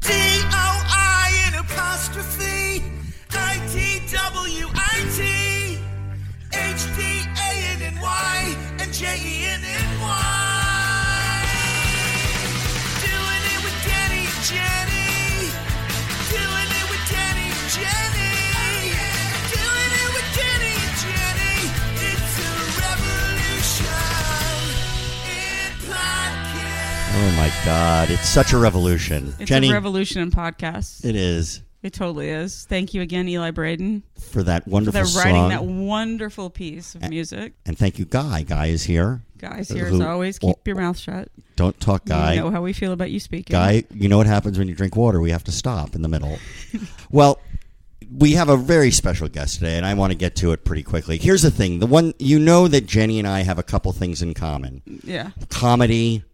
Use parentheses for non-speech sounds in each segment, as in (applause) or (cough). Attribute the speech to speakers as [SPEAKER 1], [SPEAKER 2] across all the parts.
[SPEAKER 1] D O I N apostrophe I T W I T H D A N N Y and J E N N Y. Doing it with Danny and Jenny. Doing it with Danny and Jenny. Doing it with Danny and Jenny. It's a revolution in podcast.
[SPEAKER 2] Oh my God! It's such a revolution,
[SPEAKER 3] It's
[SPEAKER 2] Jenny.
[SPEAKER 3] a revolution in podcasts. It,
[SPEAKER 2] it is
[SPEAKER 3] totally is. Thank you again, Eli Braden,
[SPEAKER 2] for that
[SPEAKER 3] for
[SPEAKER 2] wonderful
[SPEAKER 3] the
[SPEAKER 2] song.
[SPEAKER 3] writing that wonderful piece of music.
[SPEAKER 2] and thank you, Guy. Guy is here. Uh,
[SPEAKER 3] Guys, here
[SPEAKER 2] Who-
[SPEAKER 3] as always, keep your mouth shut.
[SPEAKER 2] Don't talk, Guy.
[SPEAKER 3] You know how we feel about you speaking.
[SPEAKER 2] Guy, you know what happens when you drink water? We have to stop in the
[SPEAKER 3] (laughs)
[SPEAKER 2] middle. well, we have a very special guest today, and I want to get to it pretty quickly. Here's the thing: the one you know that Jenny and I have a couple things in common:
[SPEAKER 3] Yeah.
[SPEAKER 2] comedy,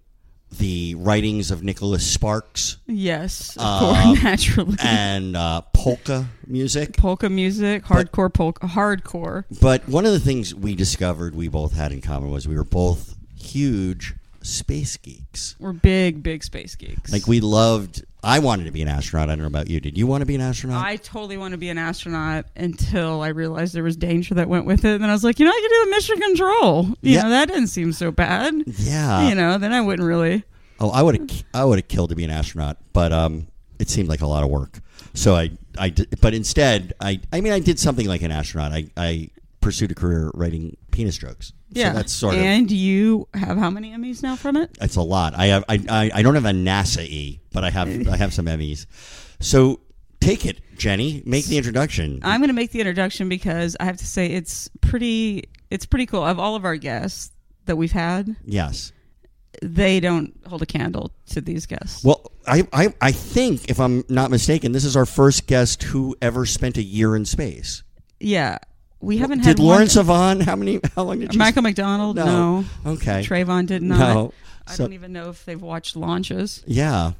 [SPEAKER 2] the writings of Nicholas
[SPEAKER 3] (laughs)
[SPEAKER 2] Sparks,
[SPEAKER 3] Yes. Of course, (laughs) naturally.
[SPEAKER 2] Um, and uh, polka music.
[SPEAKER 3] polka music, hardcore polka, hardcore.
[SPEAKER 2] But one of the things we discovered we both had in common was we were both huge space geeks.
[SPEAKER 3] We're big, big space geeks.
[SPEAKER 2] Like we loved. I wanted to be an astronaut. I don't know about you. Did you want to be an astronaut?
[SPEAKER 3] I totally want to be an astronaut until I realized there was danger that went with it. And then I was like, you know, I could do the mission control. You
[SPEAKER 2] Yeah.
[SPEAKER 3] know, that didn't seem so bad.
[SPEAKER 2] yeah.
[SPEAKER 3] You know, then I wouldn't really.
[SPEAKER 2] Oh, I would have. I would have killed to be an astronaut, but um, it seemed like a lot of work. So I, I did, but instead, I, I mean, I did something like an astronaut. I, I pursued a career writing penis jokes.
[SPEAKER 3] Yeah.
[SPEAKER 2] so that's sort of.
[SPEAKER 3] and you have how many Emmys now from it?
[SPEAKER 2] It's a lot. I have. I, I, I don't have a NASA E, but I have. I have some Emmys. So take it, Jenny. Make the introduction.
[SPEAKER 3] I'm going to make the introduction because I have to say it's pretty it's pretty cool. Of all of our guests that we've had,
[SPEAKER 2] yes.
[SPEAKER 3] they don't hold a candle to these guests.
[SPEAKER 2] Well, I, I I think if I'm not mistaken, this is our first guest who ever spent a year in space.
[SPEAKER 3] yeah, we haven't had
[SPEAKER 2] Did
[SPEAKER 3] one-
[SPEAKER 2] Lawrence Avon? How many? How long did you?
[SPEAKER 3] Michael McDonald?
[SPEAKER 2] No.
[SPEAKER 3] No.
[SPEAKER 2] Okay.
[SPEAKER 3] Trayvon did not.
[SPEAKER 2] No.
[SPEAKER 3] I
[SPEAKER 2] So-
[SPEAKER 3] don't even know if they've watched launches.
[SPEAKER 2] Yeah,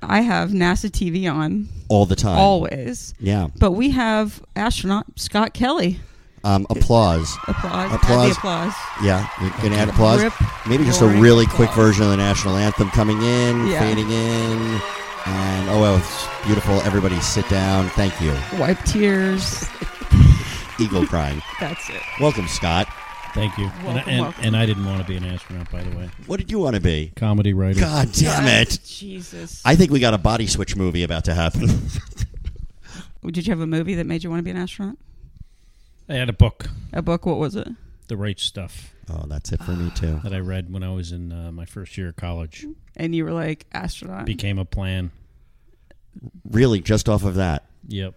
[SPEAKER 3] I have NASA TV on
[SPEAKER 2] all the time.
[SPEAKER 3] always.
[SPEAKER 2] Yeah.
[SPEAKER 3] But we have astronaut Scott Kelly.
[SPEAKER 2] Um, applause.
[SPEAKER 3] Applause.
[SPEAKER 2] Applause.
[SPEAKER 3] Add the applause.
[SPEAKER 2] Yeah, you can add applause.
[SPEAKER 3] Rip
[SPEAKER 2] Maybe just a
[SPEAKER 3] roaring
[SPEAKER 2] really quick
[SPEAKER 3] applause.
[SPEAKER 2] version of the national anthem coming in,
[SPEAKER 3] Yeah.
[SPEAKER 2] fading in, and oh, well, it's beautiful. Everybody sit down. Thank you.
[SPEAKER 3] Wipe tears. (laughs)
[SPEAKER 2] Eagle crying.
[SPEAKER 3] That's it.
[SPEAKER 2] Welcome, Scott.
[SPEAKER 4] Thank you. And-
[SPEAKER 3] Welcome,
[SPEAKER 4] and,
[SPEAKER 3] welcome.
[SPEAKER 4] and I didn't want to be an astronaut, by the way.
[SPEAKER 2] What did you want to be?
[SPEAKER 4] Comedy writer.
[SPEAKER 2] God damn it!
[SPEAKER 3] (laughs) Jesus.
[SPEAKER 2] I think we got a body switch movie about to happen. (laughs)
[SPEAKER 3] Did you have a movie that made you want to be an astronaut?
[SPEAKER 4] I had a book,
[SPEAKER 3] A book? What was it?
[SPEAKER 4] The Right Stuff,
[SPEAKER 2] oh, that's it for me too.
[SPEAKER 3] Uh,
[SPEAKER 4] that I read when I was in uh, my first year of college.
[SPEAKER 3] And you were like astronaut.
[SPEAKER 4] Became a plan.
[SPEAKER 2] Really, just off of that.
[SPEAKER 4] Yep.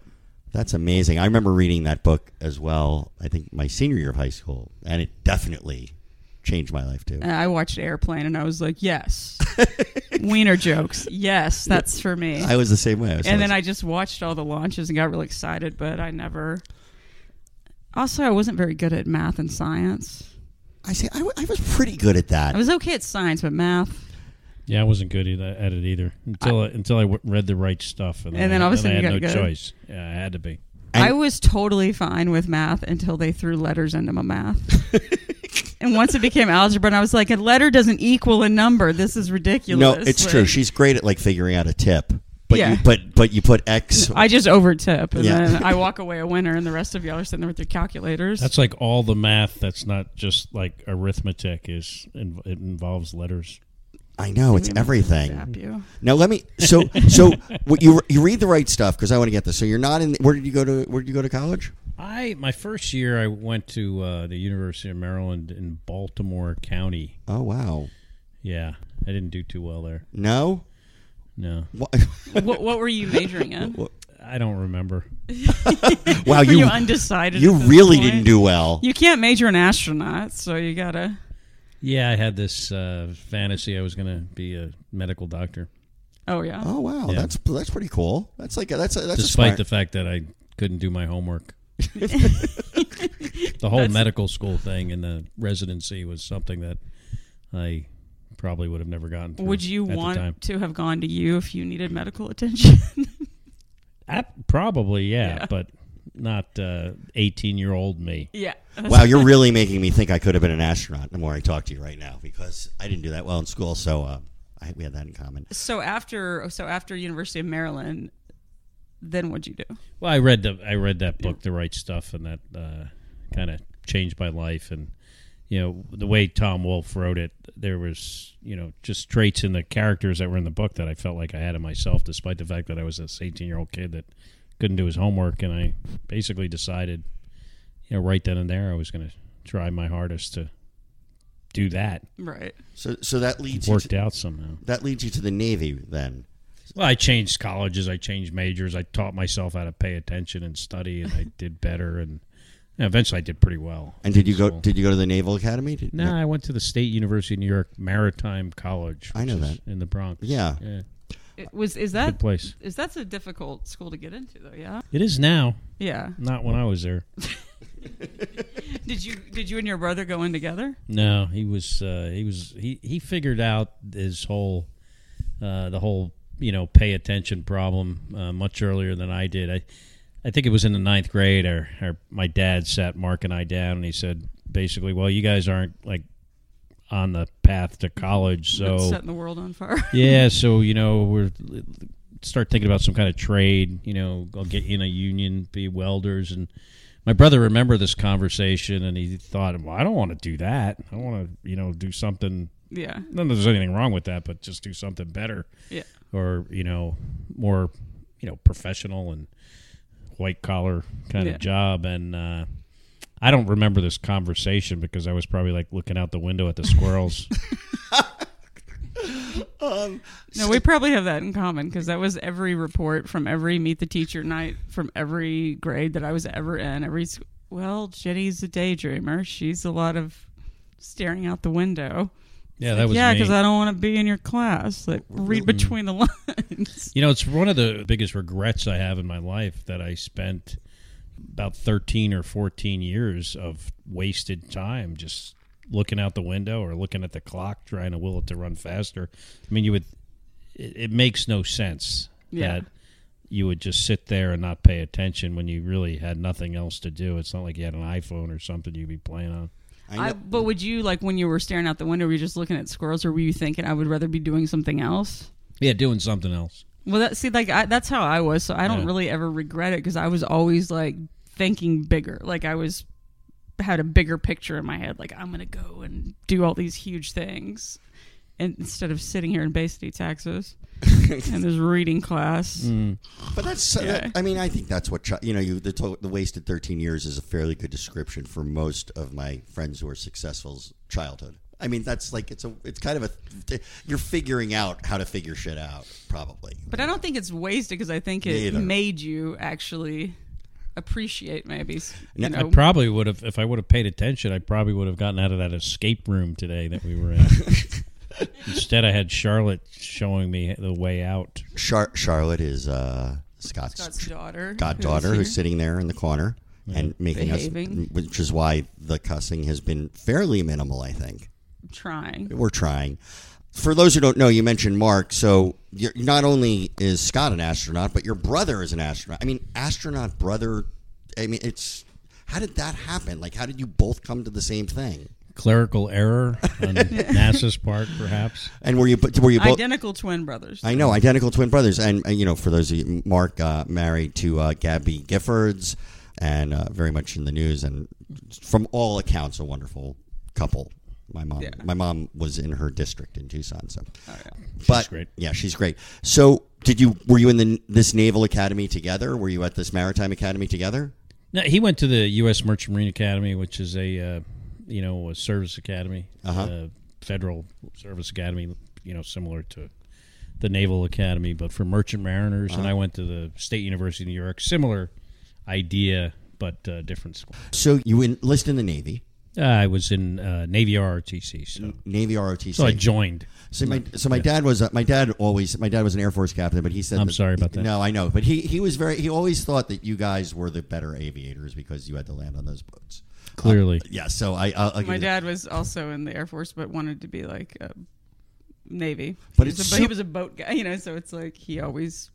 [SPEAKER 2] That's amazing. I remember reading that book as well. I think my senior year of high school, and it definitely changed my life too.
[SPEAKER 3] And I watched Airplane, and I was
[SPEAKER 2] (laughs)
[SPEAKER 3] like, yes. Wiener jokes. Yes, that's for me.
[SPEAKER 2] I was the same way. I was
[SPEAKER 3] and then I just watched all the launches and got really excited, but I never. Also, I wasn't very good at math and science.
[SPEAKER 2] I say I, w- I was pretty good at that.
[SPEAKER 3] I was okay at science, but math.
[SPEAKER 4] Yeah, I wasn't good either, at it either until I, until I w- read The Right Stuff, and,
[SPEAKER 3] And then all of a
[SPEAKER 4] I
[SPEAKER 3] sudden
[SPEAKER 4] had
[SPEAKER 3] you
[SPEAKER 4] no
[SPEAKER 3] got good.
[SPEAKER 4] choice. Yeah, I had to be.
[SPEAKER 2] And-
[SPEAKER 3] I was totally fine with math until they threw letters into
[SPEAKER 2] (laughs)
[SPEAKER 3] my math. and once it became algebra, and I was like, a letter doesn't equal a number. This is
[SPEAKER 2] no,
[SPEAKER 3] ridiculous.
[SPEAKER 2] it's true.
[SPEAKER 3] Like,
[SPEAKER 2] She's great at like figuring out a tip, but you,
[SPEAKER 3] Yeah.
[SPEAKER 2] but but you put X.
[SPEAKER 3] (laughs) I just overtip, and
[SPEAKER 2] Yeah.
[SPEAKER 3] then I walk away a winner, and the rest of y'all are sitting there with your calculators.
[SPEAKER 4] That's like all the math that's not just like arithmetic is inv- it involves letters.
[SPEAKER 2] I know it's
[SPEAKER 3] We might zap
[SPEAKER 2] everything.
[SPEAKER 3] you.
[SPEAKER 2] Now let me.
[SPEAKER 3] (laughs)
[SPEAKER 2] So so what you you read the right stuff because I want to get this. So you're not in. Where did you go to? Where did you go to college?
[SPEAKER 4] I my first year I went to uh, the University of Maryland in Baltimore County.
[SPEAKER 2] Oh wow.
[SPEAKER 4] Yeah, I didn't do too well there.
[SPEAKER 2] No.
[SPEAKER 4] No,
[SPEAKER 2] Wha- (laughs)
[SPEAKER 3] what, what were you majoring in?
[SPEAKER 4] I don't remember.
[SPEAKER 2] wow
[SPEAKER 3] Were you,
[SPEAKER 2] you
[SPEAKER 3] undecided?
[SPEAKER 2] you
[SPEAKER 3] at this
[SPEAKER 2] really
[SPEAKER 3] point?
[SPEAKER 2] didn't do well.
[SPEAKER 3] You can't major in astronaut, so you gotta.
[SPEAKER 4] Yeah, I had this uh, fantasy I was going to be a medical doctor,
[SPEAKER 3] Oh yeah.
[SPEAKER 2] Oh wow,
[SPEAKER 4] Yeah.
[SPEAKER 2] that's that's pretty cool. That's like a, that's a, that's
[SPEAKER 4] despite
[SPEAKER 2] a smart,
[SPEAKER 4] the fact that I couldn't do my homework. the whole medical school thing and the residency was something that I probably would have never gotten. Through
[SPEAKER 3] Would you
[SPEAKER 4] at The time.
[SPEAKER 3] want to have gone to you if you needed medical attention? (laughs)
[SPEAKER 4] I, probably, yeah, but not uh, eighteen-year-old me.
[SPEAKER 3] yeah.
[SPEAKER 2] Wow,
[SPEAKER 3] (laughs)
[SPEAKER 2] you're really making me think I could have been an astronaut the more I talk to you right now because I didn't do that well in school, so uh, I, we had that in common.
[SPEAKER 3] So after so after University of Maryland, then what'd you do?
[SPEAKER 4] Well, I read the I read that book, The Right Stuff, and that uh, kind of changed my life. And you know the way Tom Wolfe wrote it, there was you know just traits in the characters that were in the book that I felt like I had in myself, despite the fact that I was this eighteen year old kid that couldn't do his homework. And I basically decided, you know, right then and there, I was going to try my hardest to do that.
[SPEAKER 3] Right.
[SPEAKER 2] So so that leads you
[SPEAKER 4] Worked
[SPEAKER 2] to,
[SPEAKER 4] out somehow.
[SPEAKER 2] that leads you to the Navy then.
[SPEAKER 4] Well, I changed colleges, I changed majors, I taught myself how to pay attention and study, and I did better, and you know, eventually I did pretty well.
[SPEAKER 2] And did you go
[SPEAKER 4] So-
[SPEAKER 2] did you go to the Naval Academy? Did,
[SPEAKER 4] No, I went to the State University of New York Maritime College.
[SPEAKER 2] I know
[SPEAKER 4] which is
[SPEAKER 2] that.
[SPEAKER 4] in the Bronx.
[SPEAKER 2] Yeah.
[SPEAKER 4] yeah,
[SPEAKER 3] It was is
[SPEAKER 4] good
[SPEAKER 3] that
[SPEAKER 4] place.
[SPEAKER 3] is that's a difficult school to get into though? Yeah.
[SPEAKER 4] It is now,
[SPEAKER 3] Yeah.
[SPEAKER 4] not when I was there.
[SPEAKER 3] Did you did you and your brother go in together?
[SPEAKER 4] No, he was uh, he was he he figured out his whole uh, the whole you know pay attention problem uh, much earlier than I did. I I think it was in the ninth grade. Or, or my dad sat Mark and I down, and he said basically, "Well, you guys aren't like on the path to college, so
[SPEAKER 3] Setting the world on fire. (laughs)
[SPEAKER 4] yeah, so you know we're start thinking about some kind of trade. You know, I'll get in a union, be welders, and my brother remembered this conversation, and he thought, well, I don't want to do that. I want to, you know, do something.
[SPEAKER 3] yeah.
[SPEAKER 4] Not that there's anything wrong with that, but just do something better,
[SPEAKER 3] Yeah.
[SPEAKER 4] or you know, more, you know, professional and white collar kind
[SPEAKER 3] Yeah.
[SPEAKER 4] of job. And uh, I don't remember this conversation because I was probably like looking out the window at the squirrels.
[SPEAKER 3] No, we probably have that in common because that was every report from every meet the teacher night from every grade that I was ever in. Every s- well, Jenny's a daydreamer. She's a lot of staring out the window.
[SPEAKER 4] (laughs) yeah, that was Mm-hmm.
[SPEAKER 3] yeah,
[SPEAKER 4] me.
[SPEAKER 3] because I don't want to be in your class. Like read between the (laughs) lines.
[SPEAKER 4] You know, it's one of the biggest regrets I have in my life that I spent about 13 or 14 years of wasted time just looking out the window or looking at the clock trying to will it to run faster. I mean, you would it, it makes no sense
[SPEAKER 3] Yeah.
[SPEAKER 4] that you would just sit there and not pay attention when you really had nothing else to do. It's not like you had an iPhone or something you'd be playing on.
[SPEAKER 2] know-
[SPEAKER 3] I, but would you like when you were staring out the window? Were you just looking at squirrels, or were you thinking I would rather be doing something else?
[SPEAKER 4] Yeah, doing something else.
[SPEAKER 3] Well, that see, like I, that's how I was. So I don't
[SPEAKER 4] Yeah.
[SPEAKER 3] really ever regret it because I was always like thinking bigger. Like I was had a bigger picture in my head. Like I'm gonna go and do all these huge things, and instead of sitting here in Bay City, Texas, and this reading class.
[SPEAKER 2] But that's that- I mean I think that's what chi- you know you the, to- the wasted 13 years is a fairly good description for most of my friends who are successful's childhood. I mean that's like it's a it's kind of a you're figuring out how to figure shit out probably.
[SPEAKER 3] But I don't think it's wasted because I think it
[SPEAKER 2] Neither.
[SPEAKER 3] made you actually appreciate maybe. s-
[SPEAKER 2] No,
[SPEAKER 3] You know,
[SPEAKER 4] I probably would have, if I would have paid attention, I probably would have gotten out of that escape room today that we were in. Instead, I had Charlotte showing me the way out.
[SPEAKER 2] Char- Charlotte is uh, Scott's,
[SPEAKER 3] Scott's daughter,
[SPEAKER 2] goddaughter
[SPEAKER 3] who's
[SPEAKER 2] who's,
[SPEAKER 3] here.
[SPEAKER 2] sitting there in the corner and making
[SPEAKER 3] Behaving.
[SPEAKER 2] us, which is why the cussing has been fairly minimal. I think
[SPEAKER 3] trying.
[SPEAKER 2] we're trying. For those who don't know, you mentioned Mark. So you're, not only is Scott an astronaut, but your brother is an astronaut. I mean, astronaut brother. I mean, it's how did that happen? Like, how did you both come to the same thing?
[SPEAKER 4] Clerical error on NASA's part, perhaps.
[SPEAKER 2] And were you bo- were you both?
[SPEAKER 3] Identical twin brothers.
[SPEAKER 2] I know, identical twin brothers, and, and, you know, for those of you, Mark uh, married to uh, Gabby Giffords, and uh, very much in the news, and from all accounts, a wonderful couple. My mom,
[SPEAKER 3] Yeah.
[SPEAKER 2] my mom was in her district in Tucson, so.
[SPEAKER 4] She's
[SPEAKER 2] But
[SPEAKER 4] great.
[SPEAKER 2] yeah, she's great. So, did you were you in the this Naval Academy together? Were you at this Maritime Academy together?
[SPEAKER 4] No, he went to the U.S. Merchant Marine Academy, which is a uh, you know a service academy,
[SPEAKER 2] Uh-huh.
[SPEAKER 4] uh, federal service academy, you know, similar to the Naval Academy, but for merchant mariners. And I went to the State University of New York, similar idea, but uh, different school.
[SPEAKER 2] So you enlist in the Navy,
[SPEAKER 4] I was in uh, Navy ROTC, so
[SPEAKER 2] Navy ROTC.
[SPEAKER 4] so I joined.
[SPEAKER 2] So my so my dad was uh, my dad always my dad was an Air Force captain, but he said
[SPEAKER 4] I'm
[SPEAKER 2] that-
[SPEAKER 4] sorry about that.
[SPEAKER 2] No, I know, but he he was very he always thought that you guys were the better aviators because you had to land on those boats. Uh,
[SPEAKER 4] Clearly,
[SPEAKER 2] Yeah, so I I'll, I'll give
[SPEAKER 3] My
[SPEAKER 2] you that.
[SPEAKER 3] dad was also in the Air Force, but wanted to be like a Navy.
[SPEAKER 2] But
[SPEAKER 3] He was
[SPEAKER 2] it's
[SPEAKER 3] a,
[SPEAKER 2] so-
[SPEAKER 3] he was a boat guy, you know. So it's like he always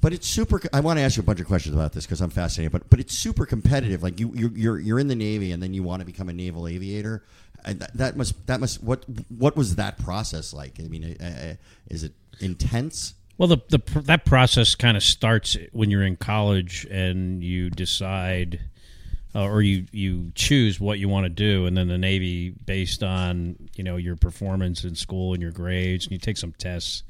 [SPEAKER 2] But it's super. I want to ask you a bunch of questions about this because I'm fascinated. But but it's super competitive. Like you you're you're, you're in the Navy and then you want to become a naval aviator. And that, that must that must what what was that process like? I mean, uh, uh, is it intense?
[SPEAKER 4] Well, the, the pr- that process kind of starts when you're in college and you decide, uh, or you you choose what you want to do, and then the Navy, based on you know your performance in school and your grades, and you take some tests,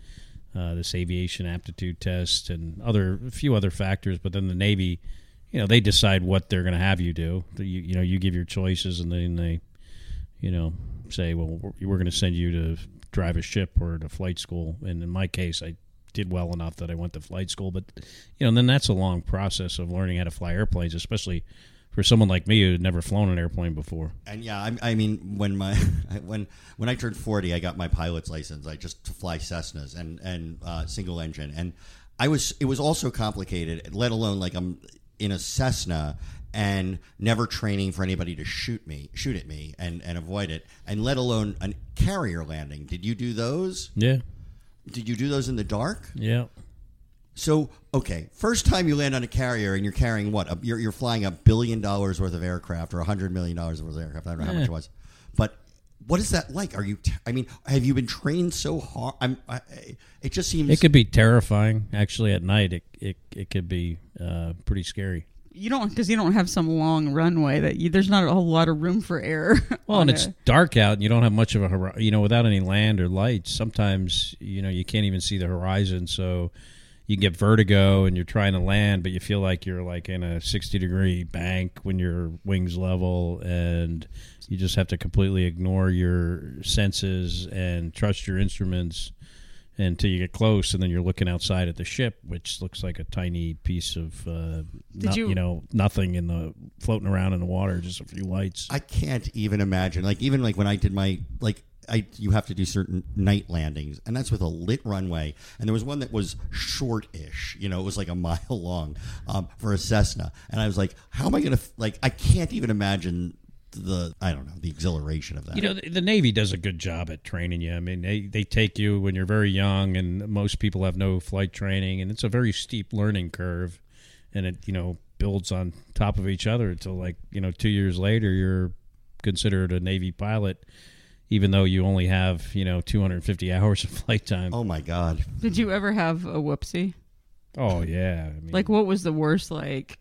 [SPEAKER 4] uh, this aviation aptitude test and other a few other factors, but then the Navy, you know, they decide what they're going to have you do. You you know, you give your choices, and then they you know, say, well, we're, we're going to send you to drive a ship or to flight school. And in my case, I did well enough that I went to flight school. But, you know, then that's a long process of learning how to fly airplanes, especially for someone like me who had never flown an airplane before.
[SPEAKER 2] And yeah, I, I mean, when my (laughs) when when I turned forty, I got my pilot's license. I just to fly Cessnas and and uh, single engine, and I was it was also complicated. Let alone like I'm in a Cessna and never training for anybody to shoot me, shoot at me, and and avoid it, and let alone a carrier landing. Did you do those?
[SPEAKER 4] Yeah.
[SPEAKER 2] Did you do those in the dark?
[SPEAKER 4] Yeah.
[SPEAKER 2] So okay, first time you land on a carrier and you're carrying what? A, you're, you're flying a billion dollars worth of aircraft or a hundred million dollars worth of aircraft. I don't know how much it was, but what is that like? Are you? T- I mean, have you been trained so hard? I'm. I, I- it just seems.
[SPEAKER 4] It could be terrifying. Actually, at night, it, it, it could be uh, pretty scary.
[SPEAKER 3] you don't because you don't have some long runway that you, there's not a whole lot of room for error. (laughs)
[SPEAKER 4] Well,
[SPEAKER 3] on
[SPEAKER 4] and it's
[SPEAKER 3] a-
[SPEAKER 4] dark out, and you don't have much of a hori- you know without any land or lights. Sometimes you know you can't even see the horizon, so you get vertigo, and you're trying to land, but you feel like you're like in a sixty degree bank when your wings level, and you just have to completely ignore your senses and trust your instruments until you get close, and then you're looking outside at the ship, which looks like a tiny piece of uh, no-
[SPEAKER 3] you-
[SPEAKER 4] you know nothing in the floating around in the water, just a few lights.
[SPEAKER 2] I can't even imagine. Like even like when I did my like I you have to do certain night landings, and that's with a lit runway. And there was one that was short-ish. You know, it was like a (laughs) mile long um, for a Cessna, and I was like, how am I gonna f- like? I can't even imagine the I don't know the exhilaration of that.
[SPEAKER 4] You know, the, the Navy does a good job at training you. I mean, they, they take you when you're very young, and most people have no flight training, and it's a very steep learning curve, and it you know builds on top of each other until like you know two years later you're considered a Navy pilot, even though you only have you know 250 (laughs) hours of flight time. Oh,
[SPEAKER 2] oh my god!
[SPEAKER 3] did you ever have a whoopsie?
[SPEAKER 4] Oh, yeah, I mean,
[SPEAKER 3] Like, what was the worst like?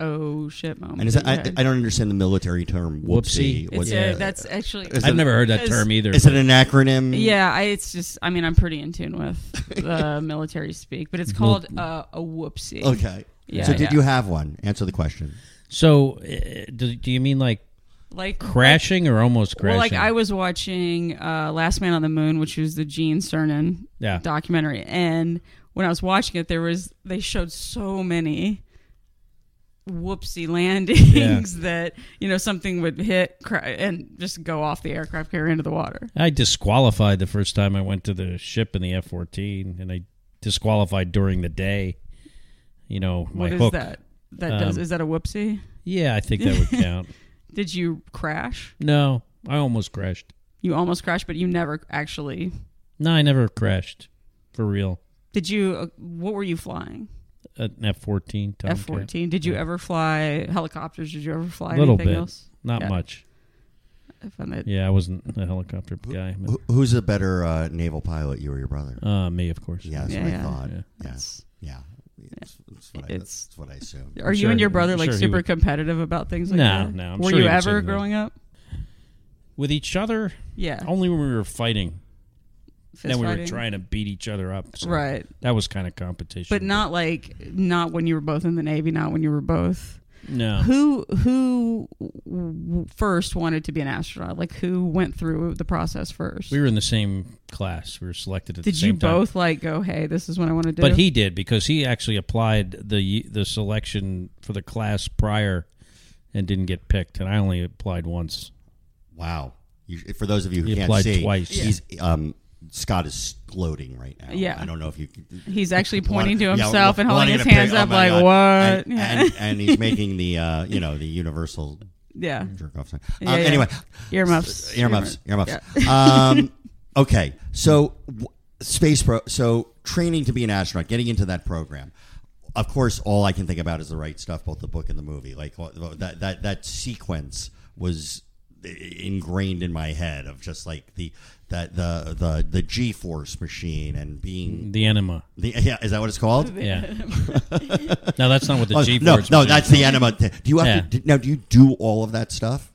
[SPEAKER 3] Oh shit! Moment.
[SPEAKER 2] And is that,
[SPEAKER 3] you
[SPEAKER 2] I,
[SPEAKER 3] had?
[SPEAKER 2] I don't understand the military term. Whoopsie.
[SPEAKER 4] Whoopsie.
[SPEAKER 3] It's
[SPEAKER 2] What's-
[SPEAKER 3] a- that's actually
[SPEAKER 2] Is
[SPEAKER 4] I've never heard that
[SPEAKER 3] Is-
[SPEAKER 4] term either.
[SPEAKER 2] Is it an acronym?
[SPEAKER 3] yeah. I, it's just I mean I'm pretty in tune
[SPEAKER 2] (laughs)
[SPEAKER 3] with the military speak, but it's called uh, a whoopsie.
[SPEAKER 2] Okay.
[SPEAKER 3] Yeah,
[SPEAKER 2] so did
[SPEAKER 3] yeah.
[SPEAKER 2] you have one? Answer the question.
[SPEAKER 4] so, uh, do, do you mean like
[SPEAKER 3] Like
[SPEAKER 4] crashing or almost crashing?
[SPEAKER 3] Well, like I was watching uh, Last Man on the Moon, which was the Gene Cernan
[SPEAKER 4] Yeah.
[SPEAKER 3] documentary, and when I was watching it, there was they showed so many whoopsie (laughs) landings that you know something would hit cra- and just go off the aircraft carrier into the water.
[SPEAKER 4] I disqualified the first time I went to the ship in the F fourteen, and I disqualified during the day. You know my
[SPEAKER 3] What is
[SPEAKER 4] hook.
[SPEAKER 3] that? That does
[SPEAKER 4] Um,
[SPEAKER 3] is that a whoopsie?
[SPEAKER 4] Yeah, I think that
[SPEAKER 3] (laughs)
[SPEAKER 4] would count.
[SPEAKER 3] Did you crash?
[SPEAKER 4] no, I almost crashed.
[SPEAKER 3] You almost crashed, but you never actually.
[SPEAKER 4] No, I never crashed for real.
[SPEAKER 3] Did you? Uh, what were you flying?
[SPEAKER 4] An F fourteen,
[SPEAKER 3] F fourteen. Did you ever fly helicopters? Did you ever fly
[SPEAKER 4] A little
[SPEAKER 3] anything
[SPEAKER 4] bit,
[SPEAKER 3] else?
[SPEAKER 4] not
[SPEAKER 3] Yeah.
[SPEAKER 4] much.
[SPEAKER 3] I found that
[SPEAKER 4] Yeah, I wasn't a helicopter guy. but-
[SPEAKER 2] Who, who's a better uh, naval pilot? You or your brother?
[SPEAKER 4] uh, me, of course.
[SPEAKER 2] Yeah, that's
[SPEAKER 3] Yeah,
[SPEAKER 2] what I
[SPEAKER 3] yeah.
[SPEAKER 2] thought.
[SPEAKER 4] Yeah.
[SPEAKER 2] Yeah.
[SPEAKER 3] That's-
[SPEAKER 2] Yeah. It's, it's what I,
[SPEAKER 3] It's-
[SPEAKER 2] that's what I assume.
[SPEAKER 3] Are you
[SPEAKER 4] sure-
[SPEAKER 3] and your
[SPEAKER 4] I'm
[SPEAKER 3] brother like
[SPEAKER 4] sure he
[SPEAKER 3] super
[SPEAKER 4] would-
[SPEAKER 3] competitive about things like
[SPEAKER 4] No,
[SPEAKER 3] that?
[SPEAKER 4] no, I'm
[SPEAKER 3] Were
[SPEAKER 4] sure
[SPEAKER 3] you
[SPEAKER 4] he would say
[SPEAKER 3] ever
[SPEAKER 4] no.
[SPEAKER 3] growing up?
[SPEAKER 4] with each other.
[SPEAKER 3] Yeah.
[SPEAKER 4] Only when we were fighting.
[SPEAKER 3] Fist
[SPEAKER 4] Oh, Then we were
[SPEAKER 3] fighting.
[SPEAKER 4] trying to beat each other up. so
[SPEAKER 3] Right.
[SPEAKER 4] That was kind of competition.
[SPEAKER 3] But not like not when you were both in the Navy, not when you were both.
[SPEAKER 4] No.
[SPEAKER 3] Who who w- first wanted to be an astronaut? Like who went through the process first?
[SPEAKER 4] We were in the same class. We were selected at
[SPEAKER 3] Did
[SPEAKER 4] the same
[SPEAKER 3] you
[SPEAKER 4] time.
[SPEAKER 3] both like go, hey, this is what I want to do?
[SPEAKER 4] But he did because he actually applied the the selection for the class prior and didn't get picked. And I only applied once.
[SPEAKER 2] Wow. You, for those of you who
[SPEAKER 4] He
[SPEAKER 2] can't
[SPEAKER 4] applied
[SPEAKER 2] see,
[SPEAKER 4] twice. Yeah.
[SPEAKER 2] he's um, Scott is gloating right now.
[SPEAKER 3] Yeah.
[SPEAKER 2] I don't know if you.
[SPEAKER 3] He's actually pointing to
[SPEAKER 2] Yeah,
[SPEAKER 3] himself and holding
[SPEAKER 2] wanting
[SPEAKER 3] his
[SPEAKER 2] to pick-
[SPEAKER 3] hands
[SPEAKER 2] oh
[SPEAKER 3] up
[SPEAKER 2] my
[SPEAKER 3] like,
[SPEAKER 2] God.
[SPEAKER 3] what?
[SPEAKER 2] And,
[SPEAKER 3] yeah.
[SPEAKER 2] and, and
[SPEAKER 3] (laughs)
[SPEAKER 2] he's making the uh, you know the universal
[SPEAKER 3] yeah.
[SPEAKER 2] jerk off. sign.
[SPEAKER 3] Yeah,
[SPEAKER 2] um,
[SPEAKER 3] yeah.
[SPEAKER 2] Anyway,
[SPEAKER 3] Earmuffs.
[SPEAKER 2] earmuffs, earmuffs. um, (laughs) okay, so w- space pro. So training to be an astronaut, getting into that program. Of course, all I can think about is the right stuff, both the book and the movie. Like all- that that that sequence was ingrained in my head of just like the that the the the G force machine and being
[SPEAKER 4] The enema.
[SPEAKER 2] the (laughs) yeah is that what it's called?
[SPEAKER 4] Yeah. (laughs) no, that's not what the
[SPEAKER 2] Oh,
[SPEAKER 4] G
[SPEAKER 2] no,
[SPEAKER 4] force.
[SPEAKER 2] no, that's the enema. thing. Do you have to,
[SPEAKER 4] Yeah.
[SPEAKER 2] now? Do you do all of that stuff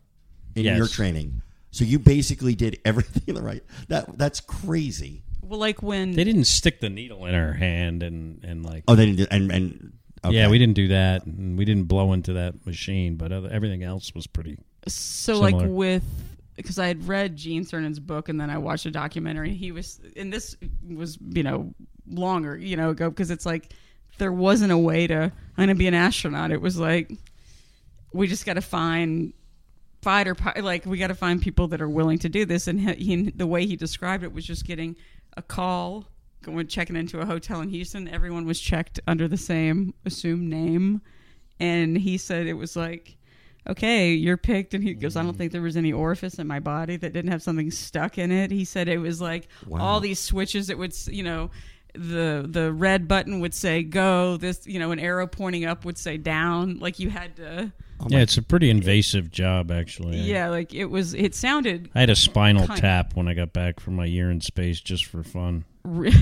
[SPEAKER 2] in
[SPEAKER 4] Yes.
[SPEAKER 2] your training? So you basically did (laughs) everything the right. That that's crazy.
[SPEAKER 3] Well, like when
[SPEAKER 4] They didn't stick the needle in her hand and and like.
[SPEAKER 2] Oh, they didn't. Do, and and Oh, okay.
[SPEAKER 4] Yeah, we didn't do that, and we didn't blow into that machine, but other, everything else was pretty.
[SPEAKER 3] so like
[SPEAKER 4] Similar.
[SPEAKER 3] with because I had read Gene Cernan's book and then I watched a documentary and he was and this was you know longer you know ago because it's like there wasn't a way to I'm gonna be an astronaut it was like we just got to find fighter pi- like we got to find people that are willing to do this and he, he, the way he described it was just getting a call going checking into a hotel in Houston everyone was checked under the same assumed name and he said it was like okay you're picked and he goes i don't think there was any orifice in my body that didn't have something stuck in it he said it was like all these switches that would s- you know the the red button would say go this you know an arrow pointing up would say down like you had to
[SPEAKER 2] Oh,
[SPEAKER 4] yeah, it's a pretty invasive job, actually.
[SPEAKER 3] yeah, like it was. It sounded.
[SPEAKER 4] I had a spinal
[SPEAKER 3] Kind of.
[SPEAKER 4] tap when I got back from my year in space just for fun.
[SPEAKER 3] Re-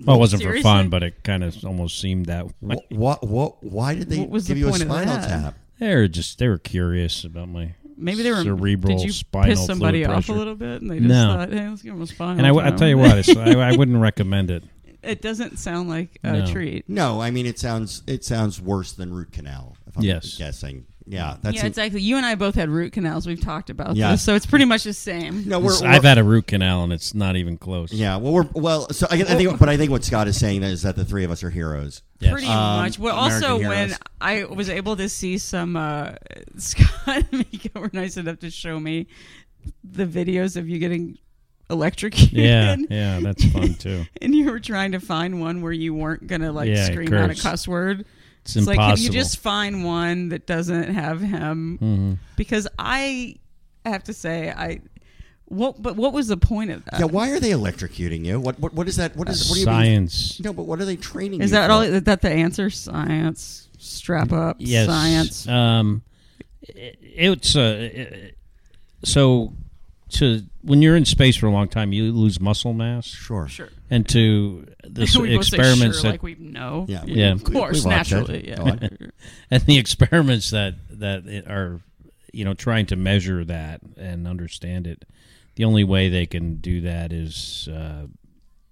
[SPEAKER 3] (laughs)
[SPEAKER 4] Well, it wasn't
[SPEAKER 3] Seriously?
[SPEAKER 4] for fun, but it kind of almost seemed that way.
[SPEAKER 2] Wh- What what? Why did they
[SPEAKER 3] What was
[SPEAKER 2] give
[SPEAKER 3] the
[SPEAKER 2] you a
[SPEAKER 3] point of
[SPEAKER 2] spinal
[SPEAKER 3] that?
[SPEAKER 2] tap?
[SPEAKER 4] They were just they were curious about my
[SPEAKER 3] maybe they were
[SPEAKER 4] cerebral
[SPEAKER 3] Did you
[SPEAKER 4] spinal
[SPEAKER 3] piss somebody
[SPEAKER 4] fluid
[SPEAKER 3] off a
[SPEAKER 4] pressure.
[SPEAKER 3] little bit, and they just
[SPEAKER 4] No.
[SPEAKER 3] thought, "Hey, let's give them a spinal."
[SPEAKER 4] And I, w- I
[SPEAKER 3] tap."
[SPEAKER 4] tell
[SPEAKER 3] (laughs)
[SPEAKER 4] you what, it's, I, I wouldn't recommend it.
[SPEAKER 3] it doesn't sound like a
[SPEAKER 4] No.
[SPEAKER 3] treat.
[SPEAKER 2] No, I mean it sounds it sounds worse than root canal. If I'm
[SPEAKER 4] Yes.
[SPEAKER 2] guessing. Yeah, that's
[SPEAKER 3] yeah,
[SPEAKER 2] an-
[SPEAKER 3] exactly. You and I both had root canals. We've talked about
[SPEAKER 2] Yeah.
[SPEAKER 3] this, so it's pretty much the same.
[SPEAKER 2] no. We're,
[SPEAKER 4] It's-
[SPEAKER 2] we're-
[SPEAKER 4] I've had a root canal, and it's not even close.
[SPEAKER 2] yeah. Well, we're well. So I, I think, but I think what Scott is saying is that the three of us are heroes.
[SPEAKER 4] Yes.
[SPEAKER 3] Pretty
[SPEAKER 2] Um,
[SPEAKER 3] much. Well,
[SPEAKER 2] American
[SPEAKER 3] also
[SPEAKER 2] Heroes.
[SPEAKER 3] when I was able to see some uh, (laughs) Scott and Mika were nice enough to show me the videos of you getting electrocuted. (laughs)
[SPEAKER 4] yeah, yeah, that's fun too.
[SPEAKER 3] and you were trying to find one where you weren't gonna like
[SPEAKER 4] Yeah,
[SPEAKER 3] scream out a
[SPEAKER 4] curse.
[SPEAKER 3] cuss word.
[SPEAKER 4] It's
[SPEAKER 3] like, can you
[SPEAKER 4] impossible. Mm-hmm.
[SPEAKER 3] just find one that doesn't have him? Because I have to say, I what, but what was the point of that?
[SPEAKER 2] Yeah. Why are they electrocuting you? What what what is that? What is what do you mean?
[SPEAKER 4] Science.
[SPEAKER 2] No, but what are they training?
[SPEAKER 3] Is
[SPEAKER 2] you
[SPEAKER 3] that
[SPEAKER 2] for?
[SPEAKER 3] all? Is that the answer? Science. Strap up.
[SPEAKER 4] Yes.
[SPEAKER 3] Science.
[SPEAKER 4] Um, it- it's uh, it- so to when you're in space for a long time, you lose muscle mass,
[SPEAKER 2] Sure.
[SPEAKER 3] sure. (laughs)
[SPEAKER 4] and to the s-
[SPEAKER 3] we both say
[SPEAKER 4] experiments
[SPEAKER 3] sure,
[SPEAKER 4] that
[SPEAKER 3] like we know.
[SPEAKER 2] Yeah. we-
[SPEAKER 4] Yeah.
[SPEAKER 3] Of
[SPEAKER 2] we- we
[SPEAKER 3] course,
[SPEAKER 2] watch it.
[SPEAKER 3] naturally.
[SPEAKER 2] Go
[SPEAKER 3] Yeah. (laughs)
[SPEAKER 2] on.
[SPEAKER 4] (laughs) and the experiments that that it are you know trying to measure that and understand it the only way they can do that is uh,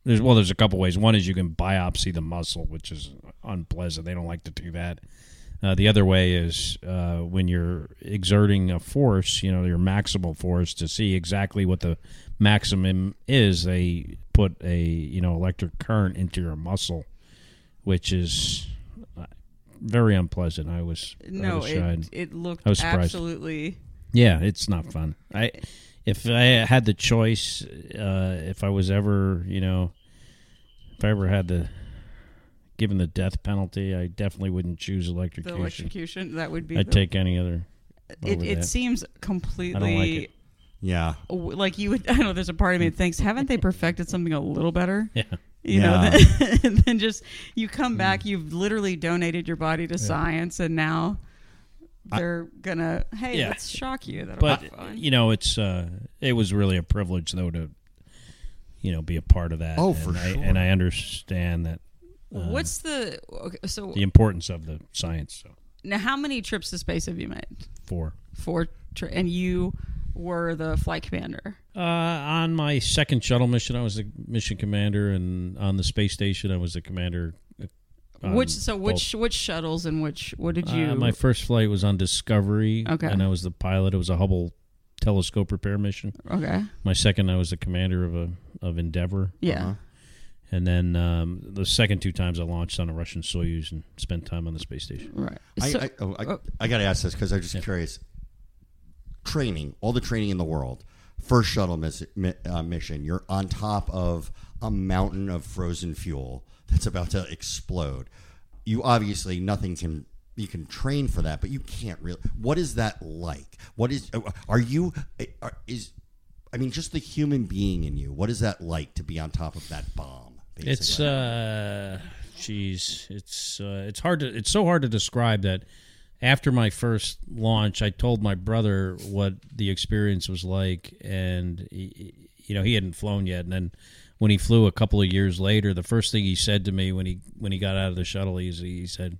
[SPEAKER 4] there's well there's a couple ways one is you can biopsy the muscle which is unpleasant they don't like to do that uh, the other way is uh, when you're exerting a force you know your maximal force to see exactly what the maximum is they put a you know electric current into your muscle which is uh, very unpleasant. I was I
[SPEAKER 3] No,
[SPEAKER 4] was shied.
[SPEAKER 3] it, it looked
[SPEAKER 4] I was surprised.
[SPEAKER 3] absolutely.
[SPEAKER 4] yeah, it's not fun. I if I had the choice, uh, if I was ever you know, if I ever had the given the death penalty, I definitely wouldn't choose
[SPEAKER 3] The
[SPEAKER 4] electrocution.
[SPEAKER 3] electrocution that would be.
[SPEAKER 4] I'd
[SPEAKER 3] the-
[SPEAKER 4] take any other.
[SPEAKER 3] It,
[SPEAKER 4] over
[SPEAKER 3] it
[SPEAKER 4] that.
[SPEAKER 3] seems completely.
[SPEAKER 4] it.
[SPEAKER 2] Yeah.
[SPEAKER 3] w- like you would (laughs) I don't know there's a part of me that thinks haven't they perfected something a little better
[SPEAKER 4] Yeah.
[SPEAKER 3] you
[SPEAKER 2] Yeah.
[SPEAKER 3] know than, (laughs) and then just you come
[SPEAKER 4] Mm.
[SPEAKER 3] back you've literally donated your body to science and now they're gonna hey
[SPEAKER 4] Yeah.
[SPEAKER 3] let's shock you that'll
[SPEAKER 4] but
[SPEAKER 3] be fun
[SPEAKER 4] you know it's uh it was really a privilege though to you know be a part of that
[SPEAKER 2] Oh,
[SPEAKER 4] and
[SPEAKER 2] for
[SPEAKER 4] I,
[SPEAKER 2] sure.
[SPEAKER 4] and i understand that uh,
[SPEAKER 3] what's the okay, so
[SPEAKER 4] the importance of the science so
[SPEAKER 3] now how many trips to space have you made
[SPEAKER 4] for
[SPEAKER 3] four tri- and you were the flight commander?
[SPEAKER 4] Uh, on my second shuttle mission, I was the mission commander, and on the space station, I was the commander. uh, on
[SPEAKER 3] which so
[SPEAKER 4] both.
[SPEAKER 3] which which shuttles and which what did
[SPEAKER 4] Uh,
[SPEAKER 3] you?
[SPEAKER 4] my first flight was on Discovery,
[SPEAKER 3] Okay.
[SPEAKER 4] and I was the pilot. It was a Hubble telescope repair mission.
[SPEAKER 3] okay.
[SPEAKER 4] My second, I was the commander of a of Endeavor,
[SPEAKER 3] Yeah.
[SPEAKER 4] and then um, the second two times I launched on a Russian Soyuz and spent time on the space station.
[SPEAKER 3] Right.
[SPEAKER 2] I,
[SPEAKER 3] So-
[SPEAKER 2] I, oh, I, I got to ask this because I'm just curious. Training, all the training in the world, first shuttle miss, mi- uh, mission, you're on top of a mountain of frozen fuel that's about to explode. You obviously, nothing can. You can train for that, but you can't really. What is that like? What is? uh, Are you? uh, Are, is? I mean, just the human being in you. What is that like to be on top of that bomb? Basically?
[SPEAKER 4] It's uh, jeez, it's uh, it's hard to it's so hard to describe that. After my first launch, I told my brother what the experience was like, and he, you know he hadn't flown yet. And then when he flew a couple of years later, the first thing he said to me when he when he got out of the shuttle, he, he said,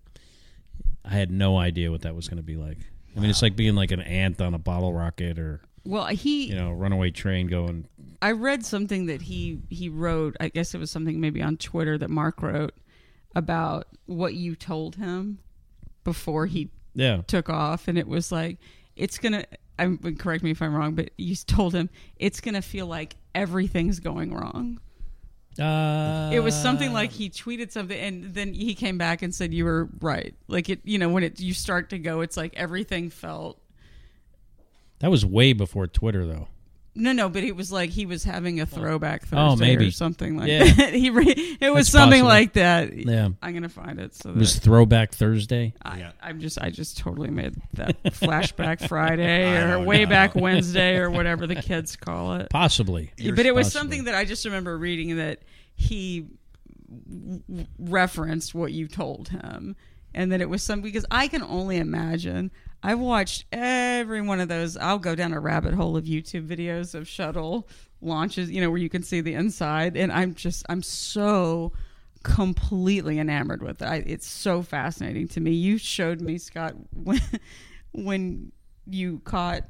[SPEAKER 4] "I had no idea what that was going to be like." I mean, it's like being like an ant on a bottle rocket, or
[SPEAKER 3] well, he
[SPEAKER 4] you know, a runaway train going
[SPEAKER 3] I read something that he he wrote. I guess it was something maybe on Twitter that Mark wrote about what you told him before he
[SPEAKER 4] yeah.
[SPEAKER 3] took off, and it was like it's gonna. I'm correct me if I'm wrong, but you told him it's gonna feel like everything's going wrong.
[SPEAKER 4] Uh,
[SPEAKER 3] It was something like he tweeted something, and then he came back and said you were right. Like it, you know, when it you start to go, it's like everything felt
[SPEAKER 4] that was way before Twitter, though.
[SPEAKER 3] No, no, but it was like he was having a throwback Thursday
[SPEAKER 4] Oh,
[SPEAKER 3] or
[SPEAKER 4] maybe.
[SPEAKER 3] something like
[SPEAKER 4] Yeah.
[SPEAKER 3] that. (laughs) he re- it was
[SPEAKER 4] That's
[SPEAKER 3] something
[SPEAKER 4] possible.
[SPEAKER 3] like that.
[SPEAKER 4] Yeah.
[SPEAKER 3] I'm gonna find it. So
[SPEAKER 4] It was
[SPEAKER 3] that
[SPEAKER 4] Throwback Thursday.
[SPEAKER 3] I,
[SPEAKER 2] Yeah.
[SPEAKER 3] I'm just I just totally made that
[SPEAKER 4] (laughs)
[SPEAKER 3] flashback Friday
[SPEAKER 2] I
[SPEAKER 3] or
[SPEAKER 2] don't
[SPEAKER 3] way
[SPEAKER 2] know.
[SPEAKER 3] back Wednesday or whatever the kids call
[SPEAKER 4] (laughs)
[SPEAKER 3] it.
[SPEAKER 4] Possibly.
[SPEAKER 3] but it was
[SPEAKER 4] possible.
[SPEAKER 3] something that I just remember reading that he w- referenced what you told him, and that it was some because I can only imagine. I've watched every one of those. I'll go down a rabbit hole of YouTube videos of shuttle launches, you know, where you can see the inside, and I'm just I'm so completely enamored with it. I, it's so fascinating to me. You showed me Scott (laughs) when when you caught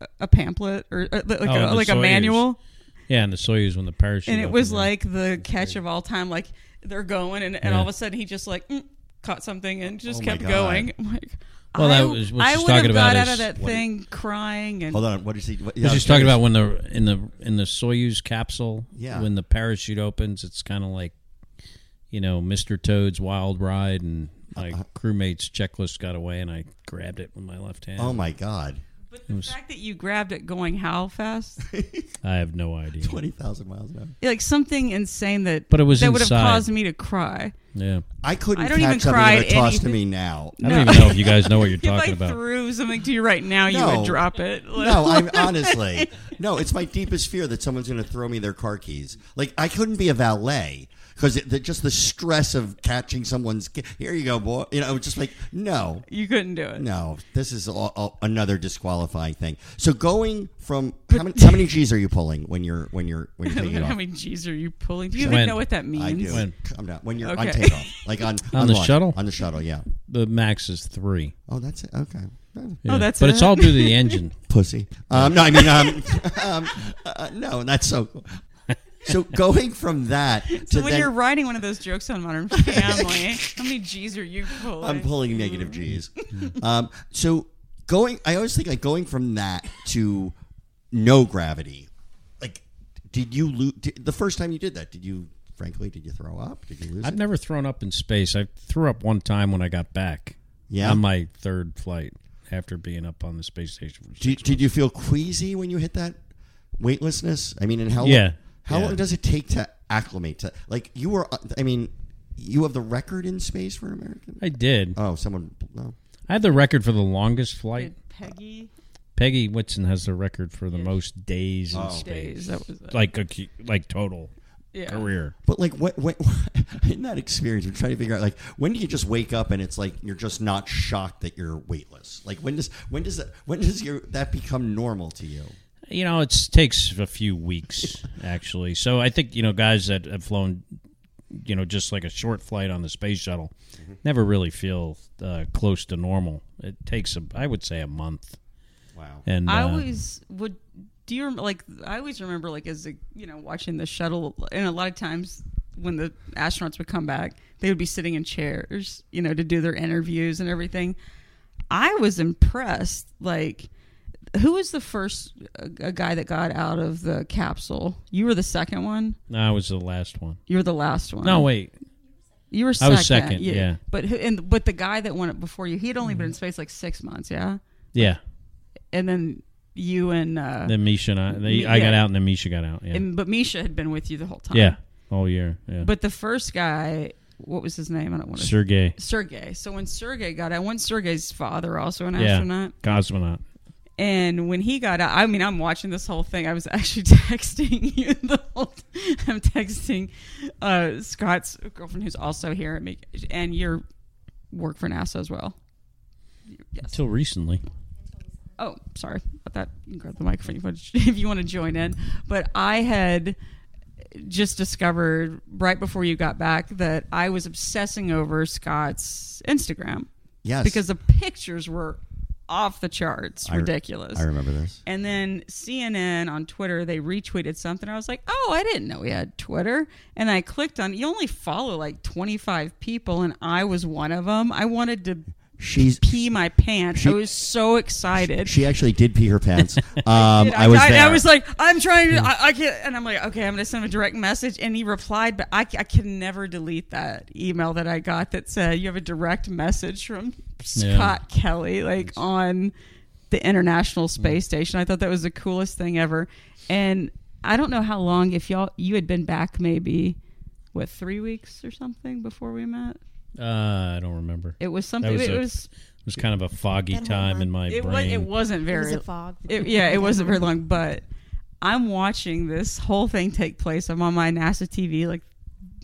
[SPEAKER 3] a- a pamphlet or uh, like,
[SPEAKER 4] Oh,
[SPEAKER 3] a,
[SPEAKER 4] the
[SPEAKER 3] like a
[SPEAKER 4] Soyuz.
[SPEAKER 3] manual
[SPEAKER 4] Yeah, and the Soyuz when the parachute.
[SPEAKER 3] and it
[SPEAKER 4] opened
[SPEAKER 3] was
[SPEAKER 4] up.
[SPEAKER 3] like the catch of all time. Like they're going, and, and all of a sudden he just like mm, caught something and just
[SPEAKER 2] Oh my
[SPEAKER 3] kept
[SPEAKER 2] God.
[SPEAKER 3] going. (laughs) I'm like,
[SPEAKER 4] Well,
[SPEAKER 3] I,
[SPEAKER 4] that was what
[SPEAKER 3] I
[SPEAKER 4] she's
[SPEAKER 3] would
[SPEAKER 4] talking
[SPEAKER 3] have
[SPEAKER 4] about
[SPEAKER 3] got out of
[SPEAKER 4] is-
[SPEAKER 3] that thing crying and
[SPEAKER 2] Hold on. What is he? What,
[SPEAKER 4] Because she's talking about when the in the in the Soyuz capsule,
[SPEAKER 2] Yeah.
[SPEAKER 4] when the parachute opens, it's kind of like, you know, Mr. Toad's Wild Ride, and my crewmate's checklist got away, and I grabbed it with my left hand.
[SPEAKER 2] Oh my God.
[SPEAKER 3] but the fact that you grabbed it going how fast, (laughs)
[SPEAKER 4] I have no idea.
[SPEAKER 2] Twenty thousand miles an hour.
[SPEAKER 3] like something insane that
[SPEAKER 4] But it was
[SPEAKER 3] that would have
[SPEAKER 4] inside.
[SPEAKER 3] caused me to cry.
[SPEAKER 4] Yeah,
[SPEAKER 2] I couldn't
[SPEAKER 3] I don't
[SPEAKER 2] catch
[SPEAKER 3] even
[SPEAKER 2] something
[SPEAKER 3] cry
[SPEAKER 2] that
[SPEAKER 3] at
[SPEAKER 2] tossed to
[SPEAKER 3] anything.
[SPEAKER 2] me
[SPEAKER 3] (laughs)
[SPEAKER 2] now.
[SPEAKER 4] I don't even know if you guys know what you're
[SPEAKER 3] If I
[SPEAKER 4] talking about.
[SPEAKER 3] threw something to you right now, you
[SPEAKER 2] No.
[SPEAKER 3] would drop it.
[SPEAKER 2] No, I'm honestly no. It's my deepest fear that someone's going to throw me their car keys. Like I couldn't be a valet because just the stress of catching someone's ki- here you go, boy. You know, it's just like no,
[SPEAKER 3] you couldn't do it.
[SPEAKER 2] no. This is all, all- another disqualifying thing. So going from how many, how many
[SPEAKER 3] (laughs)
[SPEAKER 2] G's are you pulling when you're when you're when you're taking it
[SPEAKER 3] How
[SPEAKER 2] off?
[SPEAKER 3] many G's are you pulling? Do you
[SPEAKER 4] When?
[SPEAKER 3] even know what that means? Oh,
[SPEAKER 2] I do.
[SPEAKER 4] When?
[SPEAKER 2] I'm not when you're on
[SPEAKER 3] Okay.
[SPEAKER 2] takeoff, like on on,
[SPEAKER 4] the
[SPEAKER 2] launch.
[SPEAKER 4] shuttle?
[SPEAKER 2] on the shuttle. Yeah.
[SPEAKER 4] The max is three.
[SPEAKER 2] Oh, that's it. Okay.
[SPEAKER 4] Yeah.
[SPEAKER 3] Oh, that's
[SPEAKER 4] but it's
[SPEAKER 3] it?
[SPEAKER 4] all due
[SPEAKER 3] (laughs)
[SPEAKER 4] to the engine.
[SPEAKER 2] pussy. Um, no, I mean, um, (laughs) um, uh, no, that's so. cool. So going from that to
[SPEAKER 3] (laughs) So when
[SPEAKER 2] then,
[SPEAKER 3] you're writing one of those jokes on
[SPEAKER 4] (laughs)
[SPEAKER 3] Modern Family, how many G's are you pulling?
[SPEAKER 2] I'm pulling negative G's. Um, so going, I always think like going from that to no gravity. Like, did you lose the first time you did that? Did you, frankly, did you throw up? Did you lose?
[SPEAKER 4] I've
[SPEAKER 2] it?
[SPEAKER 4] never thrown up in space. I threw up one time when I got back.
[SPEAKER 2] Yeah?
[SPEAKER 4] On my third flight after being up on the space station for
[SPEAKER 2] Did,
[SPEAKER 4] six
[SPEAKER 2] did you feel queasy when you hit that weightlessness? I mean, and how
[SPEAKER 4] Yeah.
[SPEAKER 2] long, how
[SPEAKER 4] Yeah.
[SPEAKER 2] long does it take to acclimate to like you were? I mean, you have the record in space for an American.
[SPEAKER 4] I did.
[SPEAKER 2] Oh, someone. No.
[SPEAKER 4] I had the record for the longest flight.
[SPEAKER 3] Peggy
[SPEAKER 4] Peggy Whitson has the record for the most days in space.
[SPEAKER 3] days. That Oh, was it.
[SPEAKER 4] Like a, cu- like total
[SPEAKER 3] yeah.
[SPEAKER 4] career.
[SPEAKER 2] But like, what, (laughs) what in that experience, I'm trying to figure out like when do you just wake up and it's like you're just not shocked that you're weightless? Like when does when does that, when does your that become normal to you?
[SPEAKER 4] You know, it takes a few
[SPEAKER 3] (laughs)
[SPEAKER 4] weeks actually. So I think you know guys that have flown, you know, just like a short flight on the space shuttle, never really feel uh, close to normal. It takes a, I would say, a month.
[SPEAKER 2] Wow.
[SPEAKER 4] And
[SPEAKER 3] I
[SPEAKER 4] uh,
[SPEAKER 3] always would. Do you remember? Like, I always remember, like, as a you know, watching the shuttle, and a lot of times when the astronauts would come back, they would be sitting in chairs, you know, to do their interviews and everything. I was impressed. Like, who was the first uh, a guy that got out of the capsule? You were the second one.
[SPEAKER 4] no, I was the last one.
[SPEAKER 3] You were the last one.
[SPEAKER 4] No, wait.
[SPEAKER 3] you were.
[SPEAKER 4] I
[SPEAKER 3] Second.
[SPEAKER 4] was second, yeah.
[SPEAKER 3] but who, and but the guy that went up before you, he had only been in space like six months, yeah.
[SPEAKER 4] Yeah,
[SPEAKER 3] And then you and uh,
[SPEAKER 4] then Misha and I. They,
[SPEAKER 3] Me-
[SPEAKER 4] I got
[SPEAKER 3] yeah.
[SPEAKER 4] out, and then Misha got out. Yeah,
[SPEAKER 3] and but Misha had been with you the whole time.
[SPEAKER 4] yeah, all year. Yeah,
[SPEAKER 3] But the first guy, what was his name? I don't want to.
[SPEAKER 4] Sergey.
[SPEAKER 3] Sergey. So when Sergey got out, when Sergey's father also an
[SPEAKER 4] Yeah,
[SPEAKER 3] astronaut,
[SPEAKER 4] cosmonaut.
[SPEAKER 3] and when he got out, I mean, I'm watching this whole thing. I was (laughs) actually texting you the whole. T- (laughs) I'm texting uh, Scott's girlfriend, who's also here at me, and your work for NASA as well.
[SPEAKER 4] Until recently,
[SPEAKER 3] oh sorry about that you can grab the microphone if you want to- (laughs) if you want to join in but i had just discovered right before you got back that i was obsessing over scott's instagram
[SPEAKER 2] Yes.
[SPEAKER 3] because the pictures were off the charts
[SPEAKER 2] I re-
[SPEAKER 3] ridiculous
[SPEAKER 2] I remember this.
[SPEAKER 3] and then CNN on Twitter, they retweeted something. I was like, oh, I didn't know he had Twitter. And I clicked on, you only follow like 25 people, and I was one of them. I wanted to
[SPEAKER 2] She's
[SPEAKER 3] pee my pants.
[SPEAKER 2] She-
[SPEAKER 3] I was so excited.
[SPEAKER 2] she actually did pee her pants. Um,
[SPEAKER 3] And
[SPEAKER 2] I was
[SPEAKER 3] I,
[SPEAKER 2] there.
[SPEAKER 3] I was like, I'm trying
[SPEAKER 4] Hmm.
[SPEAKER 3] to, I, I can't, and I'm like, okay, I'm gonna send him a direct message, and he replied, but I, I can never delete that email that I got that said you have a direct message from
[SPEAKER 4] Yeah. Hmm.
[SPEAKER 3] Scott Kelly, like on the International Space Station. I thought that was the coolest thing ever, and I don't know how long if y'all you had been back maybe what three weeks or something before we met.
[SPEAKER 4] uh, I don't remember.
[SPEAKER 3] It was
[SPEAKER 4] That
[SPEAKER 3] something.
[SPEAKER 4] was
[SPEAKER 3] it
[SPEAKER 4] a-
[SPEAKER 3] was.
[SPEAKER 4] It was kind of a foggy
[SPEAKER 5] That whole
[SPEAKER 4] time in
[SPEAKER 5] month.
[SPEAKER 4] my
[SPEAKER 3] It, was,
[SPEAKER 4] brain.
[SPEAKER 3] it wasn't
[SPEAKER 5] It
[SPEAKER 3] very
[SPEAKER 5] was a fog.
[SPEAKER 3] it, yeah, it wasn't very long, but I'm watching this whole thing take place. I'm on my NASA TV, like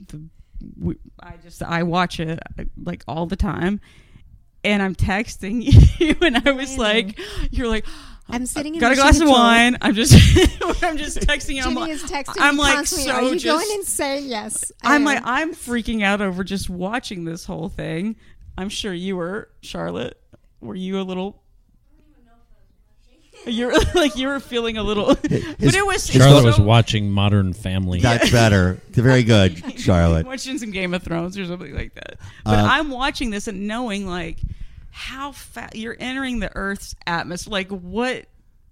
[SPEAKER 3] the, we, I just I watch it like all the time, and I'm texting (laughs) you, and I was
[SPEAKER 5] Amazing.
[SPEAKER 3] like, you're like.
[SPEAKER 5] I'm sitting in
[SPEAKER 3] Got a
[SPEAKER 5] mission
[SPEAKER 3] glass of
[SPEAKER 5] control.
[SPEAKER 3] wine. I'm just, I'm just (laughs) texting. you. I'm like,
[SPEAKER 5] Jenny is texting
[SPEAKER 3] I'm
[SPEAKER 5] me
[SPEAKER 3] like,
[SPEAKER 5] constantly,
[SPEAKER 3] so
[SPEAKER 5] Are you
[SPEAKER 3] just,
[SPEAKER 5] going insane? Yes. I
[SPEAKER 3] I'm
[SPEAKER 5] am.
[SPEAKER 3] like, I'm freaking out over just watching this whole thing. I'm sure you were, Charlotte. Were you a little? You're (laughs) like you were feeling a little, (laughs) but it was
[SPEAKER 4] Charlotte
[SPEAKER 3] so-
[SPEAKER 4] was watching Modern
[SPEAKER 2] (laughs)
[SPEAKER 4] Family.
[SPEAKER 2] That's better. Very
[SPEAKER 3] (laughs)
[SPEAKER 2] good, Charlotte.
[SPEAKER 3] watching some Game of Thrones or something like that. But
[SPEAKER 4] Uh,
[SPEAKER 3] I'm watching this and knowing like how fast you're entering the Earth's atmosphere. Like what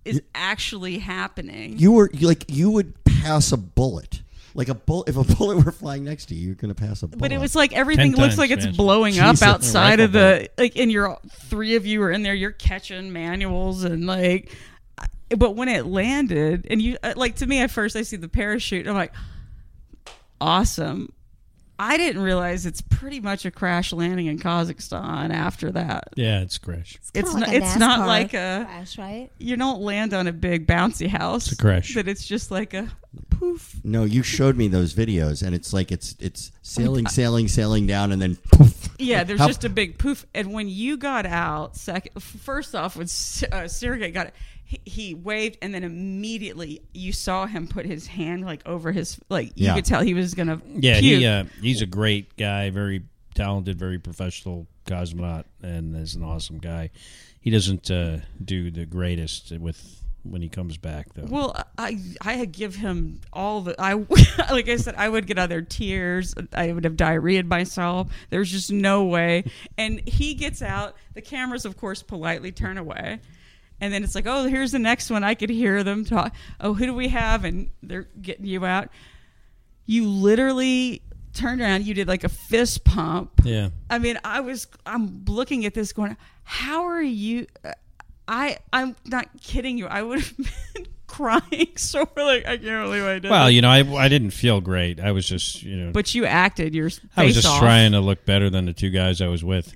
[SPEAKER 3] is actually happening?
[SPEAKER 2] You were you, like you would pass a bullet. Like a bullet, if a (laughs) bullet were flying next to you, you're going to pass a bullet.
[SPEAKER 3] But it was like everything
[SPEAKER 4] Ten
[SPEAKER 3] looks
[SPEAKER 4] times
[SPEAKER 3] like it's
[SPEAKER 4] faster.
[SPEAKER 3] blowing
[SPEAKER 2] Jesus.
[SPEAKER 3] up outside
[SPEAKER 4] Rifle
[SPEAKER 3] of the like, and you're all- three of you are in there. You're catching manuals and like, I- but when it landed and you uh, like to me at first I see the parachute. and I'm like, awesome. I didn't realize it's pretty much a crash landing in Kazakhstan after that.
[SPEAKER 4] yeah, it's crash.
[SPEAKER 5] kinda
[SPEAKER 3] It's
[SPEAKER 5] like
[SPEAKER 3] not.
[SPEAKER 5] a
[SPEAKER 3] It's not
[SPEAKER 5] NASCAR
[SPEAKER 3] like a.
[SPEAKER 5] crash, right?
[SPEAKER 3] You don't land on a big bouncy house. It's
[SPEAKER 4] a crash.
[SPEAKER 3] But it's just like a poof.
[SPEAKER 2] No, you showed me those videos, and it's like it's it's sailing, sailing, sailing down, and then poof.
[SPEAKER 3] Oh
[SPEAKER 2] (laughs)
[SPEAKER 3] Yeah, there's
[SPEAKER 2] How-
[SPEAKER 3] just a big poof. And when you got out, second, first off, when S- uh, Sergey got it, he, he waved, and then immediately you saw him put his hand like over his like you
[SPEAKER 2] Yeah.
[SPEAKER 3] could tell he was gonna
[SPEAKER 4] Yeah,
[SPEAKER 3] puke.
[SPEAKER 4] he uh, he's a great guy, very talented, very professional cosmonaut, and is an awesome guy. He doesn't uh, do the greatest with when he comes back though.
[SPEAKER 3] Well, I I had give him all the I (laughs) like I said I would get other tears. I would have diarrheaed myself. There's just no way. And he gets out. The cameras, of course, politely turn away. And then it's like, oh, here's the next one. I could hear them talk. Oh, who do we have? And they're getting you out. You literally turned around. You did like a fist pump.
[SPEAKER 4] yeah,
[SPEAKER 3] I mean, I was I'm looking at this going, how are you? uh, I I'm not kidding you. I would have (laughs) been crying (laughs) so like I can't believe I did.
[SPEAKER 4] well,
[SPEAKER 3] this.
[SPEAKER 4] you know, I I didn't feel great. I was just you know,
[SPEAKER 3] but you acted your face
[SPEAKER 4] I was just
[SPEAKER 3] off.
[SPEAKER 4] trying to look better than the two guys I was with.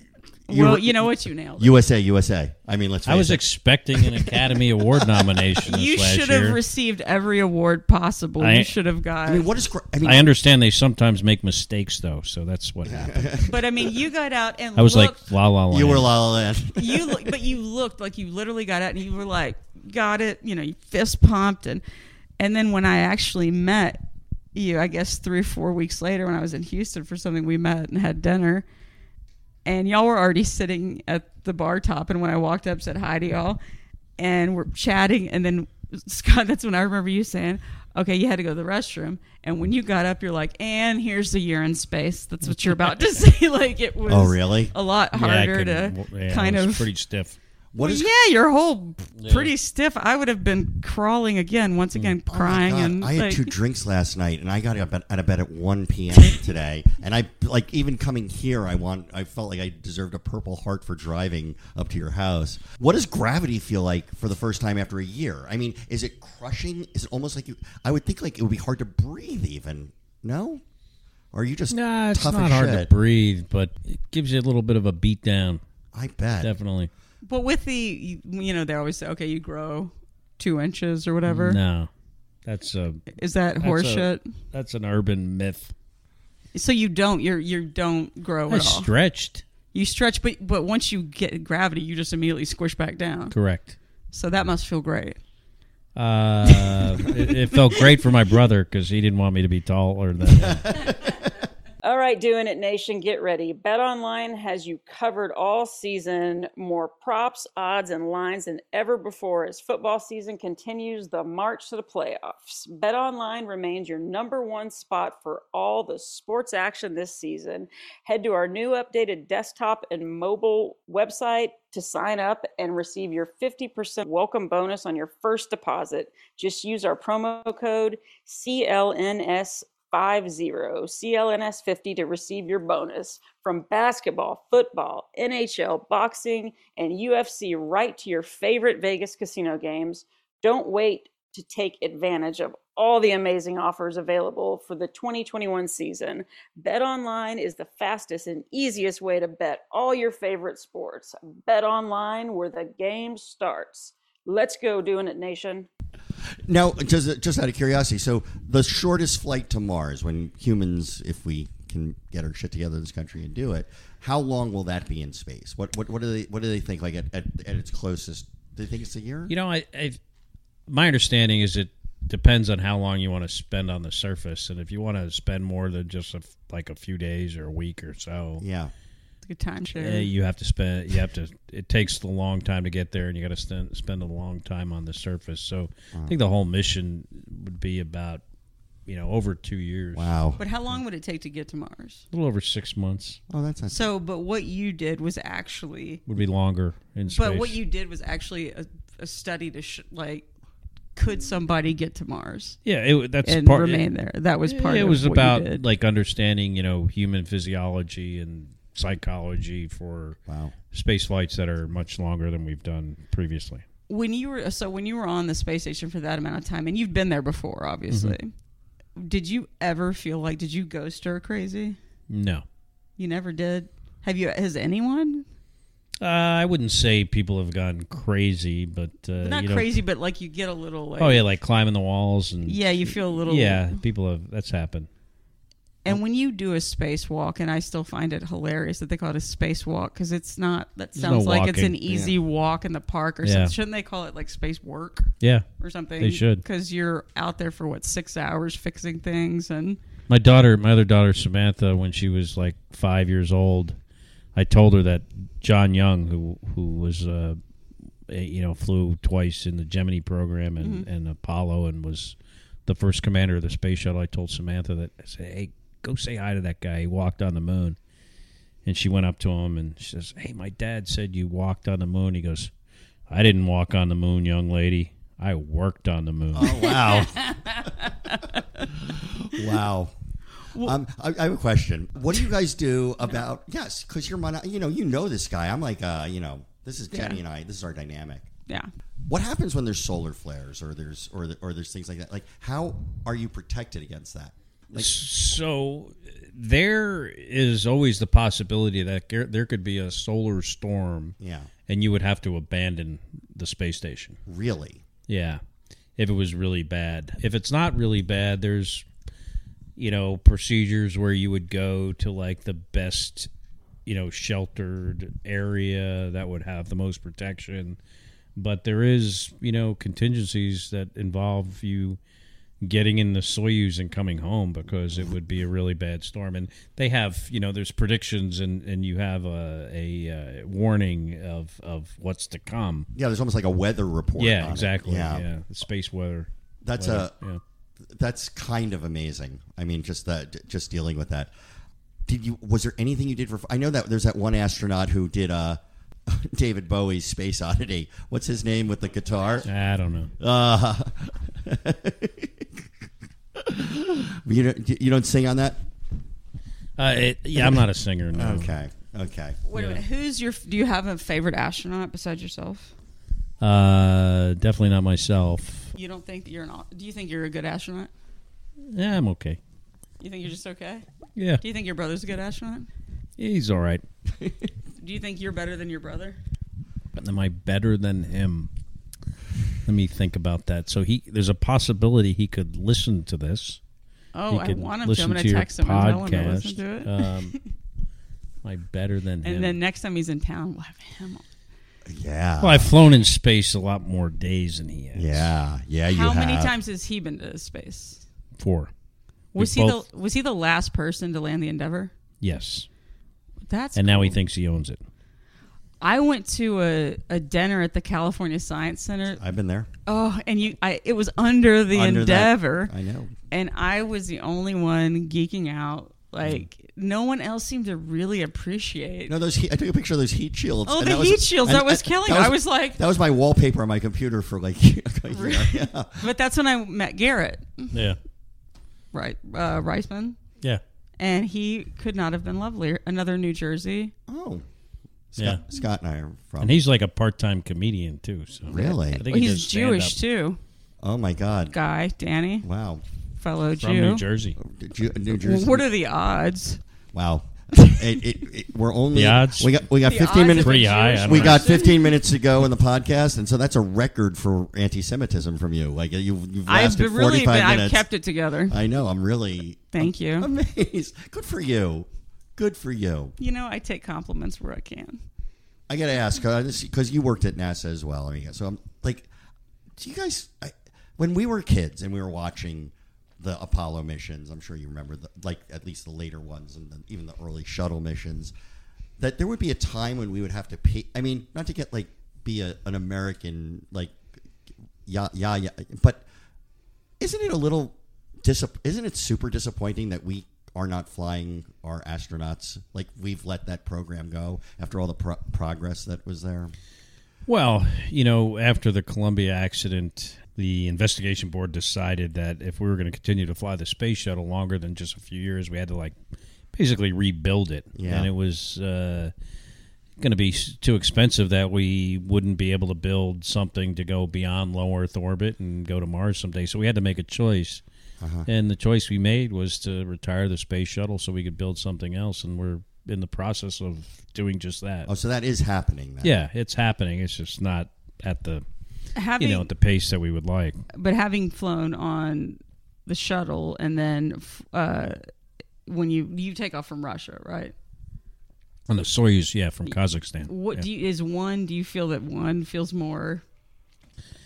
[SPEAKER 3] Well, you know what? You nailed it.
[SPEAKER 2] USA, USA. I mean, let's.
[SPEAKER 4] I was
[SPEAKER 2] face it.
[SPEAKER 4] expecting an Academy Award nomination. This
[SPEAKER 3] You
[SPEAKER 4] last
[SPEAKER 3] should have
[SPEAKER 4] year.
[SPEAKER 3] received every award possible.
[SPEAKER 4] I-
[SPEAKER 3] you should have got.
[SPEAKER 2] I mean, what is? cra- I mean,
[SPEAKER 4] I understand they sometimes make mistakes though, so that's what happened.
[SPEAKER 3] but I mean, you got out and
[SPEAKER 4] I was
[SPEAKER 3] looked,
[SPEAKER 4] like la la la.
[SPEAKER 2] you were La La Land. (laughs)
[SPEAKER 3] you look, but you looked like you literally got out and you were like got it you know you fist pumped and and then when i actually met you i guess three or four weeks later when i was in houston for something we met and had dinner and y'all were already sitting at the bar top and when i walked up said hi to y'all and we're chatting, and then Scott, that's when I remember you saying, "Okay, you had to go to the restroom," and when you got up, you're like, "And here's the urine space." That's what you're about
[SPEAKER 2] (laughs)
[SPEAKER 3] to say. (laughs) like it was.
[SPEAKER 2] Oh, really?
[SPEAKER 3] A lot
[SPEAKER 4] Yeah, I
[SPEAKER 3] harder
[SPEAKER 4] couldn't-
[SPEAKER 3] to
[SPEAKER 4] w- yeah,
[SPEAKER 3] kind
[SPEAKER 4] it was
[SPEAKER 3] of.
[SPEAKER 4] pretty stiff.
[SPEAKER 2] What is?
[SPEAKER 3] yeah, your whole pretty stiff. I would have been crawling again, once again,
[SPEAKER 2] Oh my
[SPEAKER 3] crying
[SPEAKER 2] God,
[SPEAKER 3] and
[SPEAKER 2] I had
[SPEAKER 3] like,
[SPEAKER 2] two drinks last night, and I got up at, out of bed at one
[SPEAKER 3] (laughs)
[SPEAKER 2] p.m. today. And I like even coming here, I want. I felt like I deserved a Purple Heart for driving up to your house. What does gravity feel like for the first time after a year? I mean, is it crushing? Is it almost like you? I would think like it would be hard to breathe. Even no, or are you just
[SPEAKER 4] Nah, it's
[SPEAKER 2] tough
[SPEAKER 4] not
[SPEAKER 2] as
[SPEAKER 4] hard
[SPEAKER 2] shit?
[SPEAKER 4] to breathe, but it gives you a little bit of a beat down.
[SPEAKER 2] I bet.
[SPEAKER 4] Definitely.
[SPEAKER 3] But with the, you know, they always say, okay, you grow two inches or whatever.
[SPEAKER 4] No, that's a
[SPEAKER 3] Is that
[SPEAKER 4] Mm. that's a-
[SPEAKER 3] horseshit?
[SPEAKER 4] That's an urban myth.
[SPEAKER 3] So you don't, you're you don't grow
[SPEAKER 4] I
[SPEAKER 3] at all.
[SPEAKER 4] stretched.
[SPEAKER 3] you stretch, but but once you get gravity, you just immediately squish back down.
[SPEAKER 4] Correct.
[SPEAKER 3] So that must feel great.
[SPEAKER 4] Uh, it, it felt great for my brother because he didn't want me to be taller than him.
[SPEAKER 6] All right, doing it nation, get ready. Bet online has you covered all season, more props, odds, and lines than ever before as football season continues the march to the playoffs. Bet online remains your number one spot for all the sports action this season. Head to our new updated desktop and mobile website to sign up and receive your 50% welcome bonus on your first deposit. Just use our promo code CLNS 50 CLNS50 to receive your bonus from basketball, football, NHL, boxing, and UFC right to your favorite Vegas casino games. Don't wait to take advantage of all the amazing offers available for the 2021 season. Bet online is the fastest and easiest way to bet all your favorite sports. Bet online where the game starts. Let's go doing it nation.
[SPEAKER 2] Now, just just out of curiosity, so the shortest flight to Mars, when humans, if we can get our shit together in this country and do it, how long will that be in space? What what, what do they what do they think? Like at, at, at its closest, do they think it's a year?
[SPEAKER 4] You know, I, I my understanding is it depends on how long you want to spend on the surface, and if you want to spend more than just a f like a few days or a week or so,
[SPEAKER 2] yeah,
[SPEAKER 3] It's a good time share.
[SPEAKER 4] eh, you have to spend. You have to. It takes a long time to get there, and you got to spend spend a long time on the surface. So I think the whole mission would be about you know over two years,
[SPEAKER 2] wow.
[SPEAKER 3] But how long would it take to get to Mars?
[SPEAKER 4] a little over six months
[SPEAKER 2] Oh, that's not
[SPEAKER 3] So, but what you did was actually,
[SPEAKER 4] would be longer in space.
[SPEAKER 3] but what you did was actually a, a study to sh- like, could somebody get to Mars
[SPEAKER 4] yeah, it, that's
[SPEAKER 3] and
[SPEAKER 4] part.
[SPEAKER 3] remain there? That was part.
[SPEAKER 4] it
[SPEAKER 3] of
[SPEAKER 4] was
[SPEAKER 3] what you
[SPEAKER 4] about
[SPEAKER 3] did.
[SPEAKER 4] like understanding you know human physiology and psychology for
[SPEAKER 2] wow.
[SPEAKER 4] space flights that are much longer than we've done previously
[SPEAKER 3] when you were so when you were on the space station for that amount of time and you've been there before obviously
[SPEAKER 4] Mm-hmm.
[SPEAKER 3] did you ever feel like did you go stir crazy
[SPEAKER 4] no
[SPEAKER 3] you never did have you has anyone
[SPEAKER 4] uh, i wouldn't say people have gone crazy but uh,
[SPEAKER 3] not
[SPEAKER 4] you know,
[SPEAKER 3] crazy but like you get a little like
[SPEAKER 4] oh yeah like climbing the walls and
[SPEAKER 3] yeah you feel a little
[SPEAKER 4] yeah people have that's happened
[SPEAKER 3] and when you do a spacewalk and i still find it hilarious that they call it a spacewalk because it's not that
[SPEAKER 4] no
[SPEAKER 3] sounds like it's
[SPEAKER 4] walking.
[SPEAKER 3] an easy walk in the park or
[SPEAKER 4] Yeah.
[SPEAKER 3] something shouldn't they call it like space work
[SPEAKER 4] yeah
[SPEAKER 3] or something
[SPEAKER 4] They should.
[SPEAKER 3] because you're out there for what six hours fixing things and
[SPEAKER 4] my daughter my other daughter samantha when she was like five years old i told her that john young who who was uh eh, you know flew twice in the gemini program and, and apollo and was the first commander of the space shuttle i told samantha that i said hey go say hi to that guy he walked on the moon and she went up to him and she says hey my dad said you walked on the moon he goes i didn't walk on the moon young lady i worked on the moon
[SPEAKER 2] Wow. wow. um, I, I have a question. What do you guys do about yes? Because you're my, you know, you know this guy. I'm like, uh, you know, this is Jenny and I. This is our dynamic.
[SPEAKER 3] yeah
[SPEAKER 2] What happens when there's solar flares or there's or or there's things like that? Like, how are you protected against that? Like,
[SPEAKER 4] So there is always the possibility that there- there could be a solar storm,
[SPEAKER 2] yeah,
[SPEAKER 4] and you would have to abandon the space station.
[SPEAKER 2] really?
[SPEAKER 4] Yeah, if it was really bad. If it's not really bad, there's you know procedures where you would go to like the best you know sheltered area that would have the most protection but there is you know contingencies that involve you getting in the Soyuz and coming home because it would be a really bad storm. And they have, you know, there's predictions and, and you have a, a, uh warning of, of what's to come.
[SPEAKER 2] Yeah, there's almost like a weather report. on
[SPEAKER 4] Yeah,
[SPEAKER 2] it.
[SPEAKER 4] exactly.
[SPEAKER 2] Yeah.
[SPEAKER 4] Yeah. space weather.
[SPEAKER 2] That's
[SPEAKER 4] weather.
[SPEAKER 2] a
[SPEAKER 4] yeah.
[SPEAKER 2] that's kind of amazing. I mean, just that, just dealing with that. Did you? Was there anything you did for? I know that there's that one astronaut who did uh, (laughs) David Bowie's Space Oddity. What's his name with the guitar?
[SPEAKER 4] I don't know.
[SPEAKER 2] Uh, you don't, you don't sing on that?
[SPEAKER 4] Uh, it, yeah, I'm not a singer. No.
[SPEAKER 2] (laughs) Okay, okay.
[SPEAKER 3] Wait a minute. Who's your? Do you have a favorite astronaut besides yourself?
[SPEAKER 4] Uh, definitely not myself.
[SPEAKER 3] You don't think that you're an? au- Do you think you're a good astronaut?
[SPEAKER 4] Yeah, I'm okay.
[SPEAKER 3] You think you're just okay?
[SPEAKER 4] Yeah,
[SPEAKER 3] Do you think your brother's a good astronaut?
[SPEAKER 4] he's all right.
[SPEAKER 3] Do you think you're better than your brother?
[SPEAKER 4] Am I better than him? Let me think about that. So he, there's a possibility he could listen to this.
[SPEAKER 3] Oh,
[SPEAKER 4] he
[SPEAKER 3] I
[SPEAKER 4] could
[SPEAKER 3] want him to.
[SPEAKER 4] listen
[SPEAKER 3] I'm going
[SPEAKER 4] to
[SPEAKER 3] to
[SPEAKER 4] your
[SPEAKER 3] text him and tell him to
[SPEAKER 4] podcast.
[SPEAKER 3] listen to it. (laughs)
[SPEAKER 4] Um, am I better than
[SPEAKER 3] and
[SPEAKER 4] him?
[SPEAKER 3] then next time he's in town, we'll have him. on.
[SPEAKER 2] Yeah,
[SPEAKER 4] well, I've flown in space a lot more days than he has.
[SPEAKER 2] yeah, yeah. You
[SPEAKER 3] How
[SPEAKER 2] have.
[SPEAKER 3] many times has he been to space?
[SPEAKER 4] four.
[SPEAKER 3] Was
[SPEAKER 4] We
[SPEAKER 3] he
[SPEAKER 4] both-
[SPEAKER 3] the Was he the last person to land the Endeavor?
[SPEAKER 4] Yes,
[SPEAKER 3] That's.
[SPEAKER 4] and now he thinks he owns it.
[SPEAKER 3] I went to a, a dinner at the California Science Center.
[SPEAKER 2] I've been there.
[SPEAKER 3] Oh, and you, I it was under the
[SPEAKER 2] Under that-
[SPEAKER 3] Endeavor.
[SPEAKER 2] I know.
[SPEAKER 3] and I was the only one geeking out. Like no one else seemed to really appreciate.
[SPEAKER 2] Mm. No, those. Heat, I took a picture of those heat shields.
[SPEAKER 3] Oh,
[SPEAKER 2] and
[SPEAKER 3] the
[SPEAKER 2] that was-
[SPEAKER 3] heat shields,
[SPEAKER 2] and
[SPEAKER 3] that was killing me. I was like-
[SPEAKER 2] that was my wallpaper on my computer for like. (laughs) a year. Yeah.
[SPEAKER 3] But that's when I met Garrett,
[SPEAKER 4] Yeah,
[SPEAKER 3] right, uh, Reisman,
[SPEAKER 4] yeah,
[SPEAKER 3] and he could not have been lovelier. Another New Jersey.
[SPEAKER 2] Oh, Scott,
[SPEAKER 4] yeah.
[SPEAKER 2] Scott and I are from.
[SPEAKER 4] And he's like a part-time comedian too. So
[SPEAKER 2] Really?
[SPEAKER 4] I think
[SPEAKER 3] Well,
[SPEAKER 4] he
[SPEAKER 3] he's
[SPEAKER 4] does stand-up
[SPEAKER 3] Jewish too.
[SPEAKER 2] oh my God!
[SPEAKER 3] Guy Danny,
[SPEAKER 2] Wow,
[SPEAKER 3] fellow
[SPEAKER 4] from
[SPEAKER 3] Jew.
[SPEAKER 4] New Jersey.
[SPEAKER 2] Ju- New Jersey.
[SPEAKER 3] What are the odds? (laughs)
[SPEAKER 2] wow. it, it, it, we're only
[SPEAKER 4] The odds?
[SPEAKER 2] we got we got
[SPEAKER 3] The odds
[SPEAKER 2] fifteen
[SPEAKER 3] of
[SPEAKER 2] minutes.
[SPEAKER 3] a
[SPEAKER 4] Pretty high,
[SPEAKER 3] Jewish
[SPEAKER 4] I don't
[SPEAKER 2] We
[SPEAKER 4] know.
[SPEAKER 2] got 15 minutes to go in the podcast, and so that's a record for anti-Semitism from you. Like you, you've
[SPEAKER 3] I've
[SPEAKER 2] lasted
[SPEAKER 3] been really,
[SPEAKER 2] 45
[SPEAKER 3] been, I've
[SPEAKER 2] minutes.
[SPEAKER 3] kept it together.
[SPEAKER 2] I know. I'm really (laughs)
[SPEAKER 3] Thank you.
[SPEAKER 2] amazed. Good for you. Good for you.
[SPEAKER 3] um, You know, I take compliments where I can.
[SPEAKER 2] I gotta ask because you worked at NASA as well. I mean, so I'm like, do you guys? I, when we were kids and we were watching the Apollo missions, I'm sure you remember, the, like at least the later ones and the, even the early shuttle missions, that there would be a time when we would have to pay. I mean, not to get like be a, an American like, yeah, yeah, yeah, but isn't it a little disap- isn't it super disappointing that we are not flying our astronauts like we've let that program go after all the pro- progress that was there
[SPEAKER 4] Well, you know, after the Columbia accident, the investigation board decided that if we were going to continue to fly the space shuttle longer than just a few years, we had to like basically rebuild it,
[SPEAKER 2] Yeah.
[SPEAKER 4] and it was uh, going to be s- too expensive that we wouldn't be able to build something to go beyond low Earth orbit and go to Mars someday. So we had to make a choice. And the choice we made was to retire the space shuttle so we could build something else, and we're in the process of doing just that.
[SPEAKER 2] oh so that is happening then.
[SPEAKER 4] Yeah, it's happening. It's just not at the
[SPEAKER 3] Having
[SPEAKER 4] you know at the pace that we would like.
[SPEAKER 3] but having flown on the shuttle and then f- uh, when you you take off from Russia, right?
[SPEAKER 4] On the Soyuz, yeah, from Kazakhstan.
[SPEAKER 3] What
[SPEAKER 4] Yeah.
[SPEAKER 3] do you is one? Do you feel that one feels more?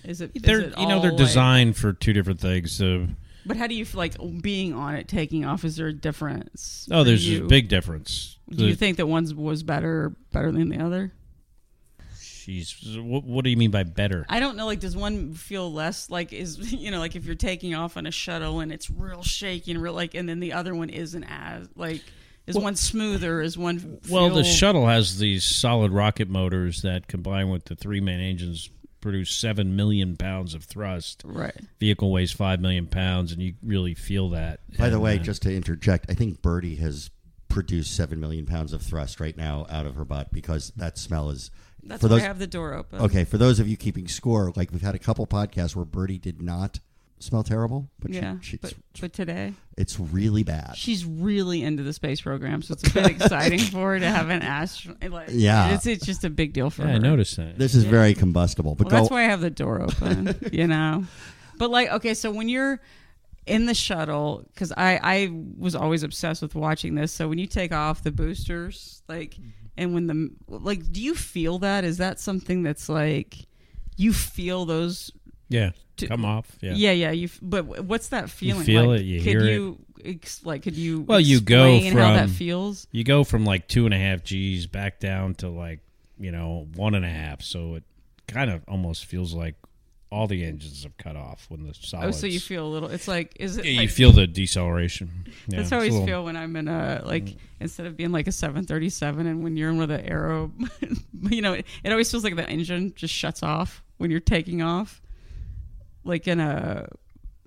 [SPEAKER 3] Is it? is
[SPEAKER 4] they're
[SPEAKER 3] it
[SPEAKER 4] you know they're
[SPEAKER 3] all, like-
[SPEAKER 4] designed for two different things. Uh, oh, The
[SPEAKER 3] but how do you feel like being on it, taking off? Is there a difference?
[SPEAKER 4] oh,
[SPEAKER 3] for
[SPEAKER 4] there's
[SPEAKER 3] you?
[SPEAKER 4] a big difference. Uh,
[SPEAKER 3] Do you
[SPEAKER 4] The-
[SPEAKER 3] think that one was better better than the other?
[SPEAKER 4] Jeez, what, what do you mean by better?
[SPEAKER 3] I don't know. Like, does one feel less like is (laughs) you know like if you're taking off on a shuttle and it's real shaky and real like, and then the other one isn't as like is one smoother? Is one
[SPEAKER 4] Well, the
[SPEAKER 3] feel-
[SPEAKER 4] shuttle has these solid rocket motors that, combined with the three-man engines, produce seven million pounds of thrust.
[SPEAKER 3] right?
[SPEAKER 4] Vehicle weighs five million pounds, and you really feel that.
[SPEAKER 2] by the
[SPEAKER 4] And,
[SPEAKER 2] way
[SPEAKER 4] uh,
[SPEAKER 2] just to interject i think birdie has produced 7 million pounds of thrust right now out of her butt because that smell is
[SPEAKER 3] That's
[SPEAKER 2] for
[SPEAKER 3] why
[SPEAKER 2] those
[SPEAKER 3] I have the door open.
[SPEAKER 2] okay for those of you keeping score like we've had a couple podcasts where birdie did not smell terrible but
[SPEAKER 3] Yeah,
[SPEAKER 2] she, she,
[SPEAKER 3] but,
[SPEAKER 2] (laughs)
[SPEAKER 3] but today
[SPEAKER 2] it's really bad
[SPEAKER 3] she's really into the space program, so it's been
[SPEAKER 2] (laughs)
[SPEAKER 3] exciting for her to have an astronaut. Like,
[SPEAKER 2] Yeah.
[SPEAKER 3] it's, it's just a big deal for
[SPEAKER 4] yeah,
[SPEAKER 3] her.
[SPEAKER 4] I noticed that.
[SPEAKER 2] this is very combustible but
[SPEAKER 3] Well, that's
[SPEAKER 2] go
[SPEAKER 3] why I have the door open,
[SPEAKER 4] (laughs)
[SPEAKER 3] you know. But like, okay, so when you're in the shuttle, because I I was always obsessed with watching this. So when you take off the boosters, like,
[SPEAKER 4] Mm-hmm.
[SPEAKER 3] and when the like, do you feel that? Is that something that's like you feel those
[SPEAKER 4] Yeah.
[SPEAKER 3] To-
[SPEAKER 4] Come off. Yeah.
[SPEAKER 3] Yeah, yeah. You. f- But wh- what's that feeling?
[SPEAKER 4] feel
[SPEAKER 3] like?
[SPEAKER 4] it, you
[SPEAKER 3] could
[SPEAKER 4] hear it.
[SPEAKER 3] you Ex- like? Could you?
[SPEAKER 4] Well, you go
[SPEAKER 3] explain how that
[SPEAKER 4] from-
[SPEAKER 3] feels.
[SPEAKER 4] You go from like two and a half G's back down to like, you know, one and a half. So it kind of almost feels like all the engines have cut off when the
[SPEAKER 3] Oh,
[SPEAKER 4] solids.
[SPEAKER 3] so you feel a little. It's like is it?
[SPEAKER 4] Yeah, you
[SPEAKER 3] like-
[SPEAKER 4] feel the deceleration. Yeah,
[SPEAKER 3] That's
[SPEAKER 4] it's
[SPEAKER 3] how I
[SPEAKER 4] a
[SPEAKER 3] always
[SPEAKER 4] little- Mm-hmm.
[SPEAKER 3] feel when I'm in a like instead of being like a 737, and when you're in with an arrow, (laughs) you know, it, it always feels like the engine just shuts off when you're taking off, like in a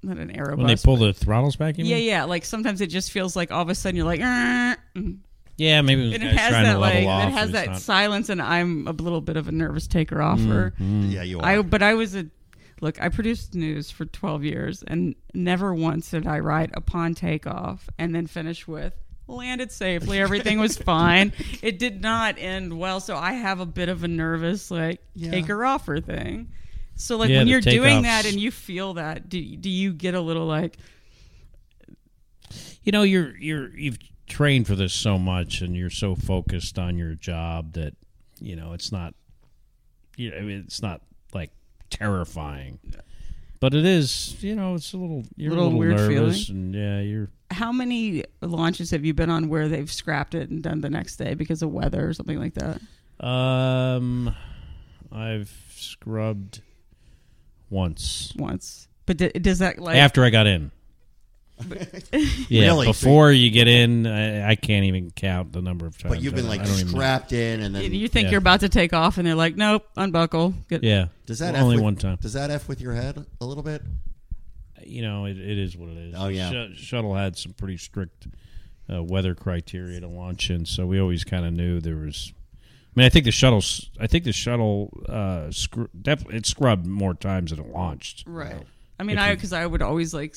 [SPEAKER 3] not an arrow.
[SPEAKER 4] When they
[SPEAKER 3] bus,
[SPEAKER 4] pull
[SPEAKER 3] but-
[SPEAKER 4] the throttles back, you
[SPEAKER 3] Yeah,
[SPEAKER 4] mean?
[SPEAKER 3] yeah. Like sometimes it just feels like all of a sudden you're like, "Arr," and
[SPEAKER 4] yeah. Maybe
[SPEAKER 3] it
[SPEAKER 4] the guy's
[SPEAKER 3] has
[SPEAKER 4] trying
[SPEAKER 3] that
[SPEAKER 4] to
[SPEAKER 3] like
[SPEAKER 4] level off.
[SPEAKER 3] it
[SPEAKER 4] and
[SPEAKER 3] has
[SPEAKER 4] it's
[SPEAKER 3] that
[SPEAKER 4] not-
[SPEAKER 3] silence, and I'm a little bit of a nervous taker offer.
[SPEAKER 4] Mm-hmm.
[SPEAKER 2] Yeah, you are.
[SPEAKER 3] I but I was a look. I produced news for twelve years, and never once did I write upon takeoff and then finish with landed safely. Everything
[SPEAKER 4] (laughs)
[SPEAKER 3] was fine. It did not end well, so I have a bit of a nervous like take or offer thing. So like
[SPEAKER 4] Yeah,
[SPEAKER 3] when
[SPEAKER 4] the
[SPEAKER 3] you're doing
[SPEAKER 4] takeoffs-
[SPEAKER 3] that and you feel that, do do you get a little like
[SPEAKER 4] you know you're you're you've trained for this so much and you're so focused on your job that you know it's not you know, I mean, it's not like terrifying but it is you know it's a little you're
[SPEAKER 3] Little
[SPEAKER 4] a little
[SPEAKER 3] weird
[SPEAKER 4] nervous and yeah you're
[SPEAKER 3] how many launches have you been on where they've scrapped it and done the next day because of weather or something like that?
[SPEAKER 4] um i've scrubbed once
[SPEAKER 3] Once. But d- does that like
[SPEAKER 4] after i
[SPEAKER 2] (laughs)
[SPEAKER 4] got in yeah
[SPEAKER 2] Really?
[SPEAKER 4] before you get in I, I can't even count the number of times
[SPEAKER 2] but you've been
[SPEAKER 4] I- I
[SPEAKER 2] like
[SPEAKER 4] don't even know.
[SPEAKER 2] strapped in, and then
[SPEAKER 3] you think
[SPEAKER 4] Yeah.
[SPEAKER 3] you're about to take off and they're like nope unbuckle Get-
[SPEAKER 4] yeah
[SPEAKER 2] does that
[SPEAKER 4] only
[SPEAKER 2] F with-
[SPEAKER 4] one time
[SPEAKER 2] Does that f with your head a little bit?
[SPEAKER 4] you know, it, it is what it is.
[SPEAKER 2] Oh, yeah.
[SPEAKER 4] Shut- shuttle had some pretty strict uh, weather criteria to launch in, so we always kind of knew there was. I mean, I think the shuttle, s- I think the shuttle, uh, scr- def- it scrubbed more times than it launched.
[SPEAKER 3] (laughs) right i mean i because i would always like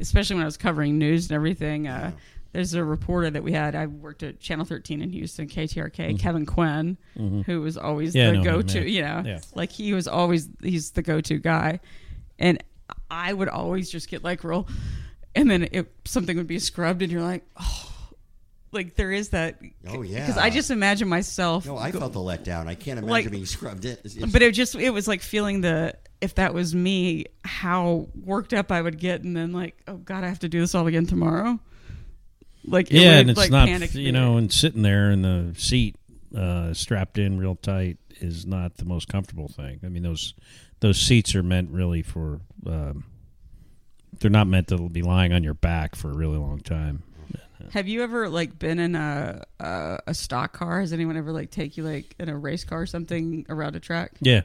[SPEAKER 3] especially when i was covering news and everything uh, there's a reporter that we had i worked at channel 13 in houston ktrk kevin quinn who was always
[SPEAKER 4] Mm-hmm. Yeah, I
[SPEAKER 3] the
[SPEAKER 4] know him,
[SPEAKER 3] go-to you
[SPEAKER 4] yeah.
[SPEAKER 3] know
[SPEAKER 4] Yeah.
[SPEAKER 3] like he was always he's the go-to guy and i would always just get like real and then it, something would be scrubbed and you're like oh like there is that
[SPEAKER 2] Oh,
[SPEAKER 3] because i
[SPEAKER 2] yeah.
[SPEAKER 3] just imagine myself
[SPEAKER 2] No, I felt the letdown. I can't imagine
[SPEAKER 3] Like-
[SPEAKER 2] being scrubbed in. It's-
[SPEAKER 3] but it just it was like feeling the if that was me how worked up i would get and then like oh god i have to do this all again tomorrow like it
[SPEAKER 4] Yeah,
[SPEAKER 3] would,
[SPEAKER 4] and it's
[SPEAKER 3] like,
[SPEAKER 4] not,
[SPEAKER 3] panic
[SPEAKER 4] you know, and sitting there in the seat, uh, strapped in real tight, is not the most comfortable thing. I mean, those those seats are meant really for. Um, they're not meant to be lying on your back for a really long time.
[SPEAKER 3] have you ever like been in a, a a stock car has anyone ever like take you like in a race car or something around a track
[SPEAKER 4] Yeah.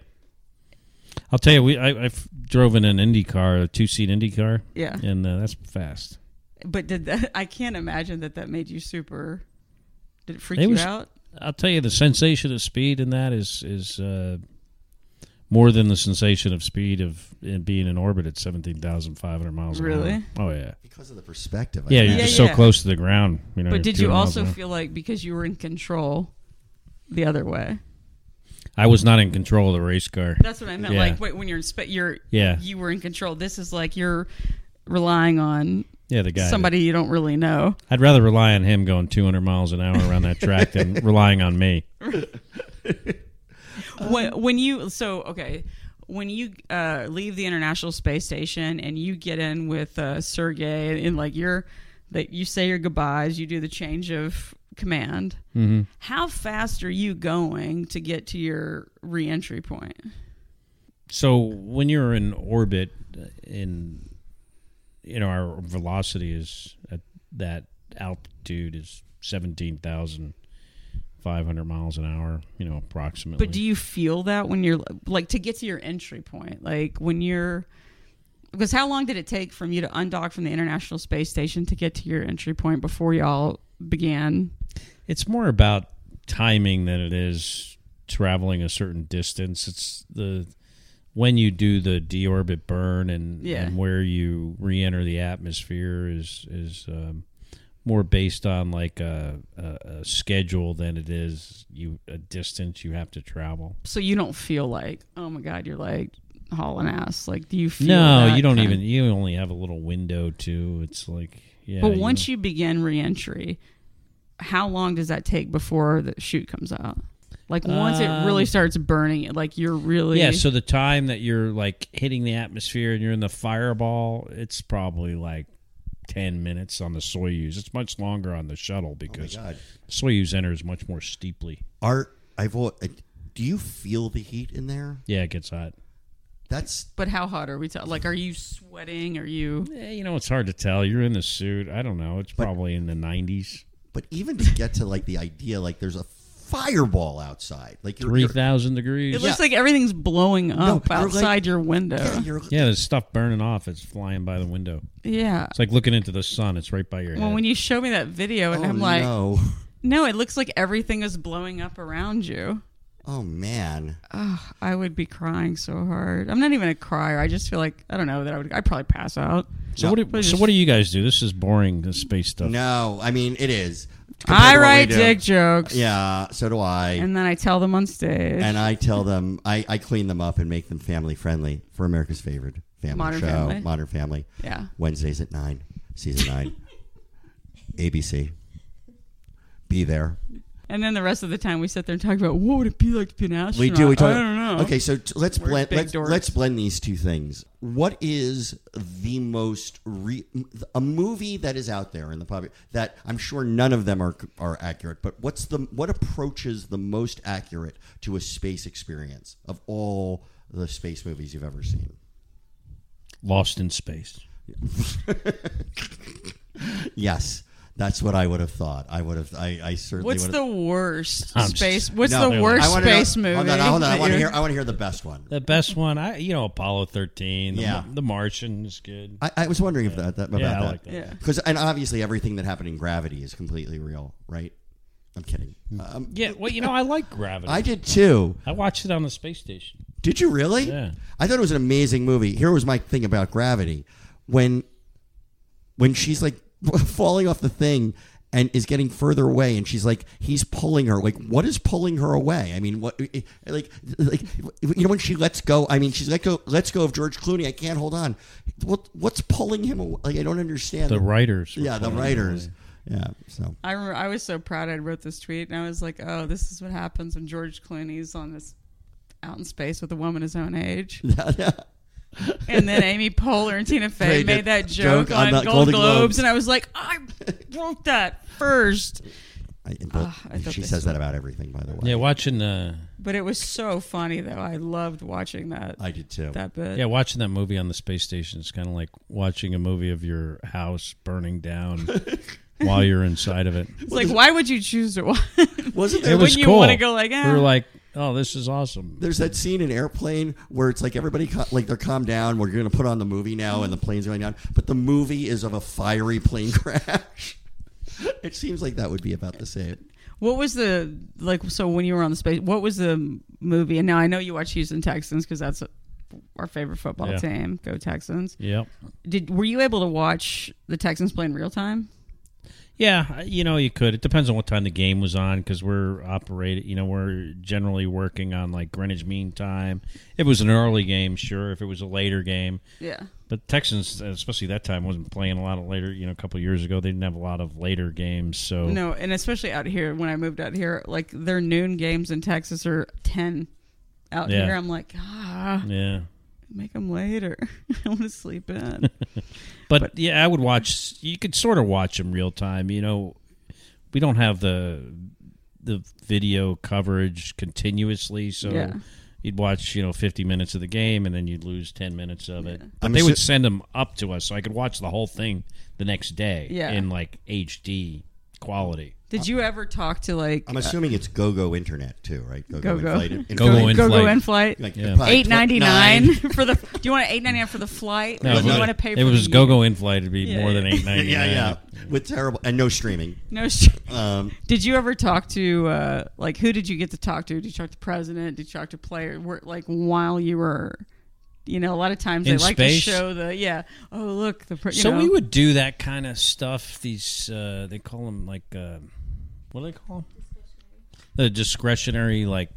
[SPEAKER 4] I'll tell you, we I, I f- drove in an Indy car, a two seat Indy car.
[SPEAKER 3] Yeah.
[SPEAKER 4] and uh, that's fast.
[SPEAKER 3] but did that (laughs) i can't imagine that that made you super did it freak
[SPEAKER 4] It
[SPEAKER 3] you
[SPEAKER 4] was-
[SPEAKER 3] out
[SPEAKER 4] I'll tell you, the sensation of speed in that is is uh, more than the sensation of speed of in being in orbit at seventeen thousand five hundred miles. an hour.
[SPEAKER 3] Really?
[SPEAKER 4] Oh yeah.
[SPEAKER 2] because of the perspective. I
[SPEAKER 4] Yeah, you're
[SPEAKER 2] imagine.
[SPEAKER 4] just
[SPEAKER 3] yeah.
[SPEAKER 4] so close to the ground. You know.
[SPEAKER 3] but
[SPEAKER 4] you're
[SPEAKER 3] did you
[SPEAKER 4] 200 miles
[SPEAKER 3] also
[SPEAKER 4] an hour.
[SPEAKER 3] feel like because you were in control the other way
[SPEAKER 4] I was not in control of the race car.
[SPEAKER 3] That's what I meant.
[SPEAKER 4] Yeah.
[SPEAKER 3] Like wait, when you're in spe- you're
[SPEAKER 4] Yeah.
[SPEAKER 3] you were in control. This is like you're relying on
[SPEAKER 4] Yeah, the guy. that-
[SPEAKER 3] somebody you don't really know.
[SPEAKER 4] I'd rather rely on him going two hundred miles an hour around that track
[SPEAKER 3] (laughs)
[SPEAKER 4] than relying on me.
[SPEAKER 3] when when you so okay, when you uh, leave the International Space Station and you get in with uh, Sergey and, like you're that you say your goodbyes, you do the change of command.
[SPEAKER 4] Mm-hmm.
[SPEAKER 3] How fast are you going to get to your reentry point?
[SPEAKER 4] so when you're in orbit uh, in you know our velocity is at that altitude is 17,500 miles an hour, you know, approximately.
[SPEAKER 3] But do you feel that when you're like to get to your entry point? Like when you're because how long did it take from you to undock from the International Space Station to get to your entry point before y'all began?
[SPEAKER 4] it's more about timing than it is traveling a certain distance. It's the when you do the deorbit burn and,
[SPEAKER 3] Yeah.
[SPEAKER 4] and where you re-enter the atmosphere is is um, more based on like a, a, a schedule than it is you a distance you have to travel.
[SPEAKER 3] So you don't feel like, oh my god, you're like hauling ass. Like do you feel
[SPEAKER 4] No,
[SPEAKER 3] that
[SPEAKER 4] you don't
[SPEAKER 3] kind of-
[SPEAKER 4] even. You only have a little window to. It's like yeah.
[SPEAKER 3] But once you begin reentry, how long does that take before the shoot comes out? Like once it really starts burning, it like you're really
[SPEAKER 4] Um, Yeah, so the time that you're like hitting the atmosphere and you're in the fireball, it's probably like 10 minutes on the Soyuz. It's much longer on the shuttle
[SPEAKER 3] Oh
[SPEAKER 4] because
[SPEAKER 2] Oh God.
[SPEAKER 4] Soyuz enters much more steeply.
[SPEAKER 2] Art, I've. al- uh, Do you feel the heat in there?
[SPEAKER 4] Yeah, it gets hot.
[SPEAKER 2] That's
[SPEAKER 3] But how hot are we talking? Like, are you sweating? Are you?
[SPEAKER 4] Eh, you know, it's hard to tell. You're in the suit. I don't know. It's probably in the 90s.
[SPEAKER 2] but even to get to like the idea, like there's a fireball outside, like you're, you're-
[SPEAKER 4] 3,000
[SPEAKER 3] It
[SPEAKER 4] degrees.
[SPEAKER 3] looks like everything's blowing up
[SPEAKER 2] you're like-
[SPEAKER 3] outside your window.
[SPEAKER 2] yeah,
[SPEAKER 3] Yeah,
[SPEAKER 2] you're-
[SPEAKER 4] Yeah, there's stuff burning off. It's flying by the window. It's like looking into the sun. It's right by your head.
[SPEAKER 3] Well, when you show me that video, and
[SPEAKER 2] oh,
[SPEAKER 3] I'm like, no.
[SPEAKER 2] no.
[SPEAKER 3] it looks like everything is blowing up around you.
[SPEAKER 2] oh man,
[SPEAKER 3] I would be crying so hard. I'm not even a crier. I just feel like I don't know that I would. I'd probably pass out.
[SPEAKER 4] so, what do,
[SPEAKER 3] But
[SPEAKER 4] so
[SPEAKER 3] just-
[SPEAKER 4] what do you guys do? This is boring, this space stuff.
[SPEAKER 2] no. I mean, it is. Compared
[SPEAKER 3] I
[SPEAKER 2] to what we
[SPEAKER 3] write
[SPEAKER 2] do.
[SPEAKER 3] dick jokes.
[SPEAKER 2] Yeah, so do I.
[SPEAKER 3] And then I tell them on
[SPEAKER 2] (laughs)
[SPEAKER 3] stage.
[SPEAKER 2] and I tell them I, I clean them up and make them family friendly for America's favorite family
[SPEAKER 3] Modern
[SPEAKER 2] show,
[SPEAKER 3] Family.
[SPEAKER 2] Modern Family.
[SPEAKER 3] Yeah.
[SPEAKER 2] Wednesdays at nine, season
[SPEAKER 3] (laughs)
[SPEAKER 2] nine, ABC. Be there.
[SPEAKER 3] And then the rest of the time we sit there and talk about what would it be like to be an astronaut.
[SPEAKER 2] We do. We talk.
[SPEAKER 3] I don't know.
[SPEAKER 2] Okay, so t- let's
[SPEAKER 3] We're
[SPEAKER 2] blend.
[SPEAKER 3] big
[SPEAKER 2] Let's,
[SPEAKER 3] dorks.
[SPEAKER 2] let's blend these two things. What is the most re- a movie that is out there in the public that I'm sure none of them are are accurate? But what's the what approaches the most accurate to a space experience of all the space movies you've ever seen?
[SPEAKER 4] Lost in space.
[SPEAKER 2] Yes, that's what I would have thought. I would have. I, I certainly.
[SPEAKER 3] What's
[SPEAKER 2] would
[SPEAKER 3] the worst
[SPEAKER 4] I'm just-
[SPEAKER 3] space? What's
[SPEAKER 2] No,
[SPEAKER 3] the
[SPEAKER 4] I
[SPEAKER 3] worst
[SPEAKER 2] I wanna know-
[SPEAKER 3] space movie?
[SPEAKER 2] Hold on, hold on. I
[SPEAKER 3] that
[SPEAKER 2] want to
[SPEAKER 3] you're-
[SPEAKER 2] hear. I want to hear the best one.
[SPEAKER 4] The best one, I you know, Apollo 13. The,
[SPEAKER 2] Yeah.
[SPEAKER 4] the Martian is good.
[SPEAKER 2] I, I was wondering if that, that about
[SPEAKER 4] Yeah, I
[SPEAKER 2] that.
[SPEAKER 4] like that.
[SPEAKER 3] Yeah.
[SPEAKER 2] Because and obviously everything that happened in Gravity is completely real, right? I'm kidding. Um,
[SPEAKER 4] Yeah, well, you know, I like Gravity.
[SPEAKER 2] I
[SPEAKER 4] I,
[SPEAKER 2] did too.
[SPEAKER 4] watched it on the space station.
[SPEAKER 2] Did you really?
[SPEAKER 4] Yeah.
[SPEAKER 2] I thought it was an amazing movie. Here was my thing about Gravity, when when she's like (laughs) falling off the thing and is getting further away, and she's like he's pulling her. Like what is pulling her away? I mean, what eh, like like you know when she lets go? I mean, she's let go. Let's go of George Clooney. I can't hold on. What what's pulling him away? Like I don't understand.
[SPEAKER 4] The writers. were
[SPEAKER 2] yeah, the
[SPEAKER 4] pulling it
[SPEAKER 2] writers.
[SPEAKER 4] away.
[SPEAKER 2] Yeah, so.
[SPEAKER 3] I remember I was so proud I wrote this tweet and I was like, oh, this is what happens when George Clooney's on this out in space with a woman his own (laughs) age. and then Amy Poehler and Tina Fey
[SPEAKER 2] They did
[SPEAKER 3] made that joke, on, Gold Globes, and I was like, (laughs) I wrote that first.
[SPEAKER 2] I, but
[SPEAKER 3] Ah, I thought
[SPEAKER 2] she
[SPEAKER 3] they
[SPEAKER 2] says that about everything, by the way.
[SPEAKER 4] Yeah, watching uh,
[SPEAKER 3] But it was so funny though. I loved watching that
[SPEAKER 2] I did too.
[SPEAKER 3] that bit.
[SPEAKER 4] yeah, watching that movie on the space station is kind of like watching a movie of your house
[SPEAKER 3] (laughs)
[SPEAKER 4] burning down while you're inside of it.
[SPEAKER 3] It's like, why would you choose (laughs) to watch?
[SPEAKER 2] Wasn't
[SPEAKER 4] It
[SPEAKER 2] there?
[SPEAKER 4] was
[SPEAKER 3] you
[SPEAKER 4] cool.
[SPEAKER 3] wanna go like,
[SPEAKER 4] we
[SPEAKER 3] "Ah."
[SPEAKER 4] were like, oh, this is awesome.
[SPEAKER 2] There's that scene in Airplane where it's like everybody ca- like they're calm down. We're going to put on the movie now, and the plane's going down. But the movie is of a fiery plane (laughs) crash. it seems like that would be about the same.
[SPEAKER 3] What was the like? So when you were on the space, what was the movie? And now I know you watch Houston Texans because that's our favorite football
[SPEAKER 4] Yeah.
[SPEAKER 3] team. Go Texans!
[SPEAKER 4] Yep.
[SPEAKER 3] Did were you able to watch the Texans play in real time?
[SPEAKER 4] Yeah, you know, you could. It depends on what time the game was on because we're operating, you know, we're generally working on like Greenwich Mean Time. If it was an early game, sure. If it was a later game,
[SPEAKER 3] Yeah,
[SPEAKER 4] But Texans, especially that time, wasn't playing a lot of later. You know, a couple of years ago, they didn't have a lot of later games. So
[SPEAKER 3] no, and especially out here when I moved out here, like their noon games in Texas are ten. Out
[SPEAKER 4] Yeah.
[SPEAKER 3] here, I'm like, ah,
[SPEAKER 4] yeah.
[SPEAKER 3] make them later. (laughs) I want to sleep
[SPEAKER 4] (laughs)
[SPEAKER 3] in.
[SPEAKER 4] But, yeah, I would watch. You could sort of watch them real time. You know, we don't have the the video coverage continuously, so
[SPEAKER 3] Yeah.
[SPEAKER 4] you'd watch you know fifty minutes of the game, and then you'd lose ten minutes of it. But
[SPEAKER 2] I'm
[SPEAKER 4] they would
[SPEAKER 2] assu-
[SPEAKER 4] send them up to us, so I could watch the whole thing the next day
[SPEAKER 3] Yeah.
[SPEAKER 4] in like HD quality.
[SPEAKER 3] Did you ever talk to like
[SPEAKER 2] I'm assuming it's go-go internet too, right?
[SPEAKER 3] Go Go?
[SPEAKER 2] inflated.
[SPEAKER 4] Go-Go
[SPEAKER 2] inflated.
[SPEAKER 4] in
[SPEAKER 3] Go Go
[SPEAKER 4] flight.
[SPEAKER 3] in flight?
[SPEAKER 2] Like,
[SPEAKER 4] Yeah.
[SPEAKER 2] probably
[SPEAKER 3] (laughs) Eight ninety nine
[SPEAKER 2] 29.
[SPEAKER 3] (laughs) for the. Do you want eight ninety nine for the flight? or
[SPEAKER 4] No,
[SPEAKER 3] do you
[SPEAKER 4] but
[SPEAKER 3] want to pay?
[SPEAKER 4] if
[SPEAKER 3] for
[SPEAKER 4] it was
[SPEAKER 3] the
[SPEAKER 4] go go in flight. It'd be more
[SPEAKER 3] yeah.
[SPEAKER 4] than eight ninety
[SPEAKER 2] (laughs) Yeah,
[SPEAKER 4] nine.
[SPEAKER 2] yeah, with terrible and no streaming.
[SPEAKER 3] No. (laughs) sh-
[SPEAKER 2] Um,
[SPEAKER 3] Did you ever talk to uh, like who did you get to talk to? Did you talk to president? Did you talk to player? Were, like while you were, you know, a lot of times
[SPEAKER 4] In
[SPEAKER 3] they like
[SPEAKER 4] space?
[SPEAKER 3] to show the yeah. Oh look, the pre- you
[SPEAKER 4] so
[SPEAKER 3] know.
[SPEAKER 4] we would do that kind of stuff. These uh, they call them like uh, what do they call them? The discretionary like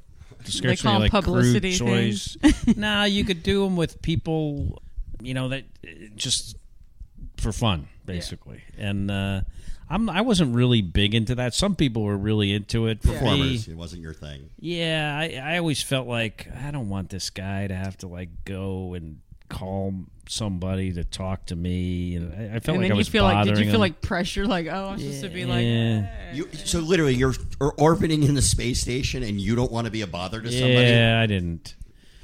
[SPEAKER 4] discretionary
[SPEAKER 3] them
[SPEAKER 4] like
[SPEAKER 3] publicity
[SPEAKER 4] crude
[SPEAKER 3] things. (laughs)
[SPEAKER 4] toys. nah, you could do them with people, you know that uh, just for fun basically. And uh, I'm I wasn't really big into that. Some people were really into it. For me,
[SPEAKER 2] Performers, it wasn't your thing.
[SPEAKER 4] yeah, I, I always felt like I don't want this guy to have to like go and call somebody to talk to me. And I, I felt
[SPEAKER 3] and then
[SPEAKER 4] like I
[SPEAKER 3] you
[SPEAKER 4] was
[SPEAKER 3] feel like, did you
[SPEAKER 4] bothering
[SPEAKER 3] feel
[SPEAKER 4] him.
[SPEAKER 3] like pressure? Like, oh, I'm supposed to be like,
[SPEAKER 4] Yeah.
[SPEAKER 2] You, so literally, you're or- orbiting in the space station, and you don't want to be a bother to somebody.
[SPEAKER 4] Yeah, I didn't.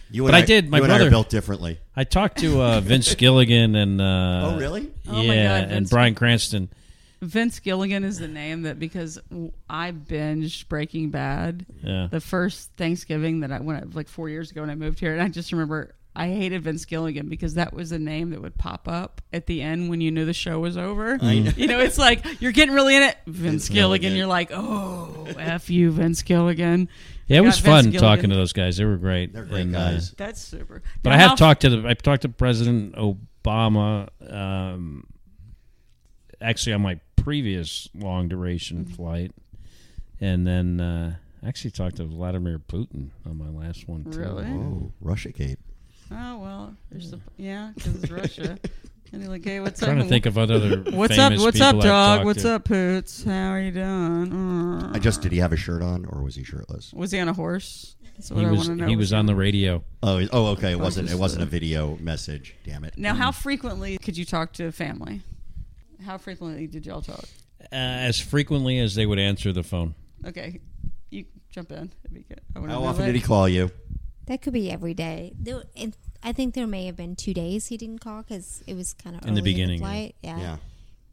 [SPEAKER 2] You
[SPEAKER 4] But
[SPEAKER 2] and
[SPEAKER 4] I did. My
[SPEAKER 2] you and I are
[SPEAKER 4] brother-
[SPEAKER 2] built differently.
[SPEAKER 4] I talked to uh, Vince Gilligan and uh,
[SPEAKER 2] oh, really?
[SPEAKER 3] Oh
[SPEAKER 4] yeah,
[SPEAKER 3] my God,
[SPEAKER 4] and
[SPEAKER 3] Vince-
[SPEAKER 4] Brian Cranston.
[SPEAKER 3] Vince Gilligan is the name that because I binged Breaking Bad
[SPEAKER 4] Yeah.
[SPEAKER 3] the first Thanksgiving that I when I like four years ago when I moved here, and I just remember I hated Vince Gilligan because that was a name that would pop up at the end when you knew the show was over. You know, it's like you're getting really in it, Vince, Gilligan.
[SPEAKER 2] Gilligan.
[SPEAKER 3] You're like, oh, f you, Vince Gilligan.
[SPEAKER 4] Yeah, it
[SPEAKER 3] Got
[SPEAKER 4] was
[SPEAKER 3] Vince
[SPEAKER 4] fun
[SPEAKER 3] Gilligan.
[SPEAKER 4] talking to those guys. They were great.
[SPEAKER 2] They're great
[SPEAKER 4] And, uh,
[SPEAKER 2] guys.
[SPEAKER 3] That's super.
[SPEAKER 4] But I
[SPEAKER 3] Now,
[SPEAKER 4] have
[SPEAKER 3] how-
[SPEAKER 4] talked to the, I've talked to President Obama. Um, actually, on my previous long duration
[SPEAKER 3] Mm-hmm.
[SPEAKER 4] flight, and then uh, I actually talked to Vladimir Putin on my last one too.
[SPEAKER 3] Really?
[SPEAKER 2] Oh, Russiagate.
[SPEAKER 3] Oh well, there's the yeah, because it's
[SPEAKER 4] (laughs)
[SPEAKER 3] Russia. And you're like, hey, what's
[SPEAKER 4] trying
[SPEAKER 3] up?
[SPEAKER 4] to think of other.
[SPEAKER 3] (laughs) What's up?
[SPEAKER 4] famous
[SPEAKER 3] What's up,
[SPEAKER 4] people I've
[SPEAKER 3] dog?
[SPEAKER 4] talked
[SPEAKER 3] What's
[SPEAKER 4] to.
[SPEAKER 3] up, Poots? How are you doing?
[SPEAKER 2] I just did he have a shirt on or was he shirtless?
[SPEAKER 3] Was he on a horse? That's what
[SPEAKER 4] He
[SPEAKER 3] I
[SPEAKER 4] was
[SPEAKER 3] want to know.
[SPEAKER 4] he was on the radio.
[SPEAKER 2] Oh, he- oh, okay. It wasn't. It wasn't a video message. Damn it.
[SPEAKER 3] Now,
[SPEAKER 4] Mm.
[SPEAKER 3] how frequently could you talk to family? How frequently did y'all talk?
[SPEAKER 4] Uh, as frequently as they would answer the phone.
[SPEAKER 3] Okay, you jump in. That'd be good. I wanna
[SPEAKER 2] How
[SPEAKER 3] know
[SPEAKER 2] often
[SPEAKER 3] that.
[SPEAKER 2] did he call you?
[SPEAKER 5] That could be every day. There, and I think there may have been two days he didn't call because it was kind of
[SPEAKER 4] In the beginning,
[SPEAKER 5] In the flight. Yeah.
[SPEAKER 2] Yeah.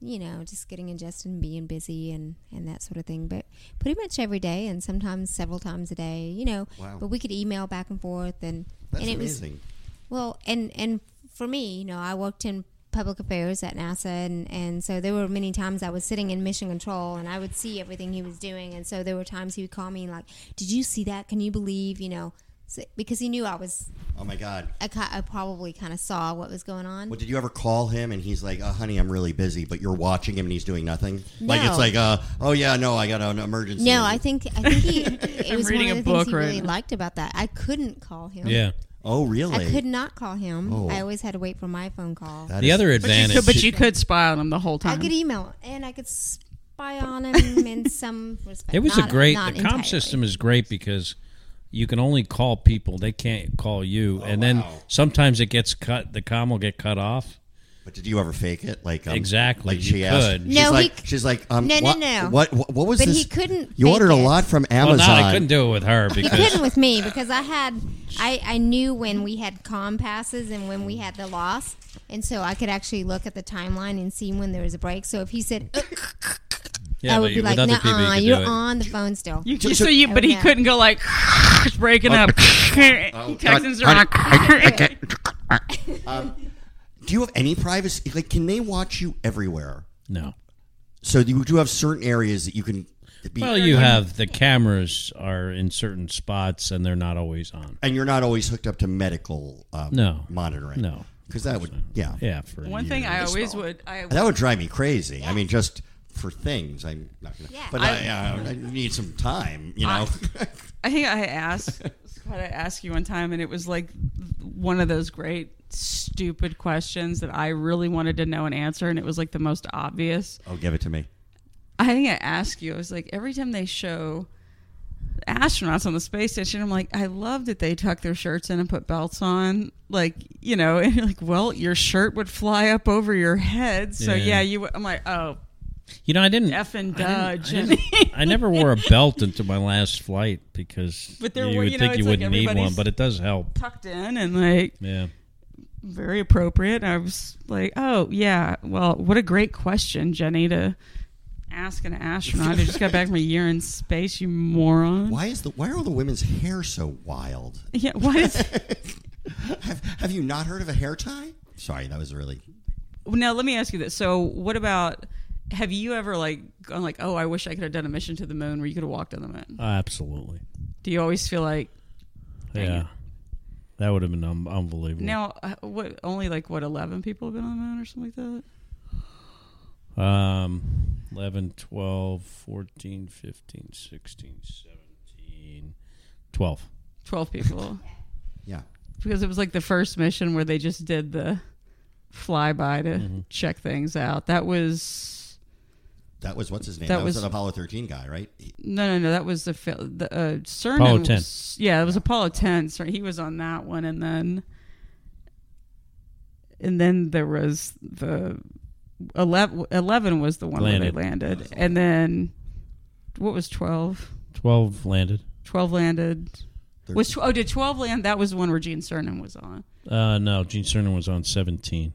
[SPEAKER 5] You know, just getting adjusted and being busy and, and that sort of thing. But pretty much every day and sometimes several times a day, you know.
[SPEAKER 2] Wow.
[SPEAKER 5] But we could email back and forth and,
[SPEAKER 2] That's
[SPEAKER 5] and it was
[SPEAKER 2] amazing.
[SPEAKER 5] Well, and and for me, you know, I worked in public affairs at NASA, and and so there were many times I was sitting in mission control, and I would see everything he was doing, and so there were times he would call me and like, "Did you see that? Can you believe?" You know, so, because he knew I was,
[SPEAKER 2] oh my God.
[SPEAKER 5] I, ki- I probably kind of saw what was going on.
[SPEAKER 2] Well, did you ever call him and he's like, oh, honey, I'm really busy, but you're watching him and he's doing nothing? Like, it's
[SPEAKER 5] No.
[SPEAKER 2] like, uh, oh, yeah, no, I got an emergency.
[SPEAKER 5] no, I think I
[SPEAKER 3] (laughs)
[SPEAKER 5] think he. It was one
[SPEAKER 3] reading
[SPEAKER 5] of
[SPEAKER 3] a
[SPEAKER 5] the
[SPEAKER 3] book
[SPEAKER 5] things he
[SPEAKER 3] right
[SPEAKER 5] really
[SPEAKER 3] now.
[SPEAKER 5] liked about that. I couldn't call him.
[SPEAKER 4] Yeah.
[SPEAKER 2] Oh, really?
[SPEAKER 5] I could not call him.
[SPEAKER 2] Oh.
[SPEAKER 5] I always had to wait for my phone call.
[SPEAKER 2] That
[SPEAKER 4] The
[SPEAKER 2] is-
[SPEAKER 4] other advantage.
[SPEAKER 3] So, but you could spy on him the whole
[SPEAKER 5] I
[SPEAKER 3] time.
[SPEAKER 5] could e- email and I could spy on
[SPEAKER 4] (laughs)
[SPEAKER 5] him in some respect.
[SPEAKER 4] It was
[SPEAKER 5] Not-
[SPEAKER 4] a great.
[SPEAKER 5] not
[SPEAKER 4] The comp
[SPEAKER 5] entirely.
[SPEAKER 4] system is great because you can only call people; they can't call you.
[SPEAKER 3] Oh,
[SPEAKER 4] and then
[SPEAKER 2] wow.
[SPEAKER 4] sometimes it gets cut. The com will get cut off.
[SPEAKER 2] But did you ever fake it? Like um,
[SPEAKER 4] Exactly,
[SPEAKER 2] Like
[SPEAKER 4] you
[SPEAKER 2] she asked.
[SPEAKER 4] could.
[SPEAKER 2] She's
[SPEAKER 5] No, he
[SPEAKER 2] like,
[SPEAKER 5] c-
[SPEAKER 2] she's like, um,
[SPEAKER 5] No, no,
[SPEAKER 2] what,
[SPEAKER 5] no.
[SPEAKER 2] What, what? What was
[SPEAKER 5] But
[SPEAKER 2] this?
[SPEAKER 5] he couldn't
[SPEAKER 2] You
[SPEAKER 5] fake
[SPEAKER 2] ordered a
[SPEAKER 5] it.
[SPEAKER 2] lot from
[SPEAKER 4] Well,
[SPEAKER 2] Amazon.
[SPEAKER 4] no, I couldn't do it with
[SPEAKER 5] (laughs)
[SPEAKER 4] her
[SPEAKER 5] He
[SPEAKER 4] because
[SPEAKER 5] couldn't with me because I had I, I knew when we had com passes and when we had the loss, and so I could actually look at the timeline and see when there was a break. So if he said,
[SPEAKER 4] yeah,
[SPEAKER 5] I
[SPEAKER 4] but
[SPEAKER 5] would be
[SPEAKER 4] with
[SPEAKER 5] like,
[SPEAKER 4] other people, you
[SPEAKER 5] "Nuh-uh,
[SPEAKER 4] could
[SPEAKER 5] you're
[SPEAKER 4] do it.
[SPEAKER 5] on the phone still."
[SPEAKER 3] You,
[SPEAKER 2] So-
[SPEAKER 3] so,
[SPEAKER 2] so-
[SPEAKER 3] you, but he
[SPEAKER 5] Oh, yeah.
[SPEAKER 3] couldn't go like (laughs) it's breaking
[SPEAKER 2] Oh.
[SPEAKER 3] up.
[SPEAKER 2] (laughs)
[SPEAKER 3] he texts him around.
[SPEAKER 2] Do you have any privacy? Like, can they watch you everywhere?
[SPEAKER 4] No.
[SPEAKER 2] So you do have certain areas that you can. Be,
[SPEAKER 4] Well, you have the cameras are in certain spots, and they're not always on.
[SPEAKER 2] and you're not always hooked up to medical um,
[SPEAKER 4] No.
[SPEAKER 2] monitoring.
[SPEAKER 4] No.
[SPEAKER 2] because that would yeah.
[SPEAKER 4] Yeah, for
[SPEAKER 3] One thing I always would. I
[SPEAKER 2] that would drive me crazy. I mean, just for things, I'm not gonna. But I, uh, I need some time, you know.
[SPEAKER 3] I think I asked (laughs) Scott, I asked you one time, and it was like one of those great stupid questions that I really wanted to know an answer, and it was like the most obvious.
[SPEAKER 2] (laughs) oh, give it to me.
[SPEAKER 3] I think I asked you, I was like, every time they show astronauts on the space station, I'm like, I love that they tuck their shirts in and put belts on. Like, you know, (laughs) and you're like, well, your shirt would fly up over your head. So,
[SPEAKER 4] Yeah.
[SPEAKER 3] yeah, you would. I'm like, oh,
[SPEAKER 4] You know, I didn't.
[SPEAKER 3] effing
[SPEAKER 4] I
[SPEAKER 3] duh,
[SPEAKER 4] didn't- I,
[SPEAKER 3] Jimmy.
[SPEAKER 4] didn't- I never wore a belt until my last flight because
[SPEAKER 3] (laughs) But there
[SPEAKER 4] you
[SPEAKER 3] were-
[SPEAKER 4] would
[SPEAKER 3] you know,
[SPEAKER 4] think you
[SPEAKER 3] it's like
[SPEAKER 4] wouldn't need one,
[SPEAKER 3] everybody's-
[SPEAKER 4] but it does
[SPEAKER 3] (laughs)
[SPEAKER 4] help.
[SPEAKER 3] Tucked in and like,
[SPEAKER 4] Yeah.
[SPEAKER 3] very appropriate. I was like, oh, yeah. Well, what a great question, Jenny, to ask an astronaut who just got back from a year in space, you moron.
[SPEAKER 2] Why is the why are all the women's hair so wild?
[SPEAKER 3] Yeah, what is. (laughs)
[SPEAKER 2] Have, have you not heard of a hair tie? Sorry, that was really.
[SPEAKER 3] Now let me ask you this. So what about have you ever like gone like, oh, I wish I could have done a mission to the moon where you could have walked on the moon?
[SPEAKER 4] Absolutely.
[SPEAKER 3] Do you always feel like
[SPEAKER 4] Yeah. That would have been un- unbelievable.
[SPEAKER 3] now uh, what only like what eleven people have been on the moon or something like that?
[SPEAKER 4] Um, 11, 12, 14, 15, 16, 17, 12.
[SPEAKER 3] Twelve people
[SPEAKER 2] Yeah.
[SPEAKER 3] because it was like the first mission where they just did the flyby to check things out. That was
[SPEAKER 2] That was what's his name. That,
[SPEAKER 3] That
[SPEAKER 2] was,
[SPEAKER 3] was-
[SPEAKER 2] an Apollo 13 guy, right? He-
[SPEAKER 3] No, no, no. That was the, fil- the uh, surname.
[SPEAKER 4] Apollo 10.
[SPEAKER 3] was- yeah, it was Apollo 10. Sorry, he was on that one. And then and then there was the 11, 11 was the one where
[SPEAKER 4] Landed.
[SPEAKER 3] they landed. And then what was 12?
[SPEAKER 4] Twelve landed.
[SPEAKER 3] 12 landed. Was tw- oh, did 12 land? That was the one where Gene Cernan was on.
[SPEAKER 4] Uh, no, Gene Cernan was on seventeen.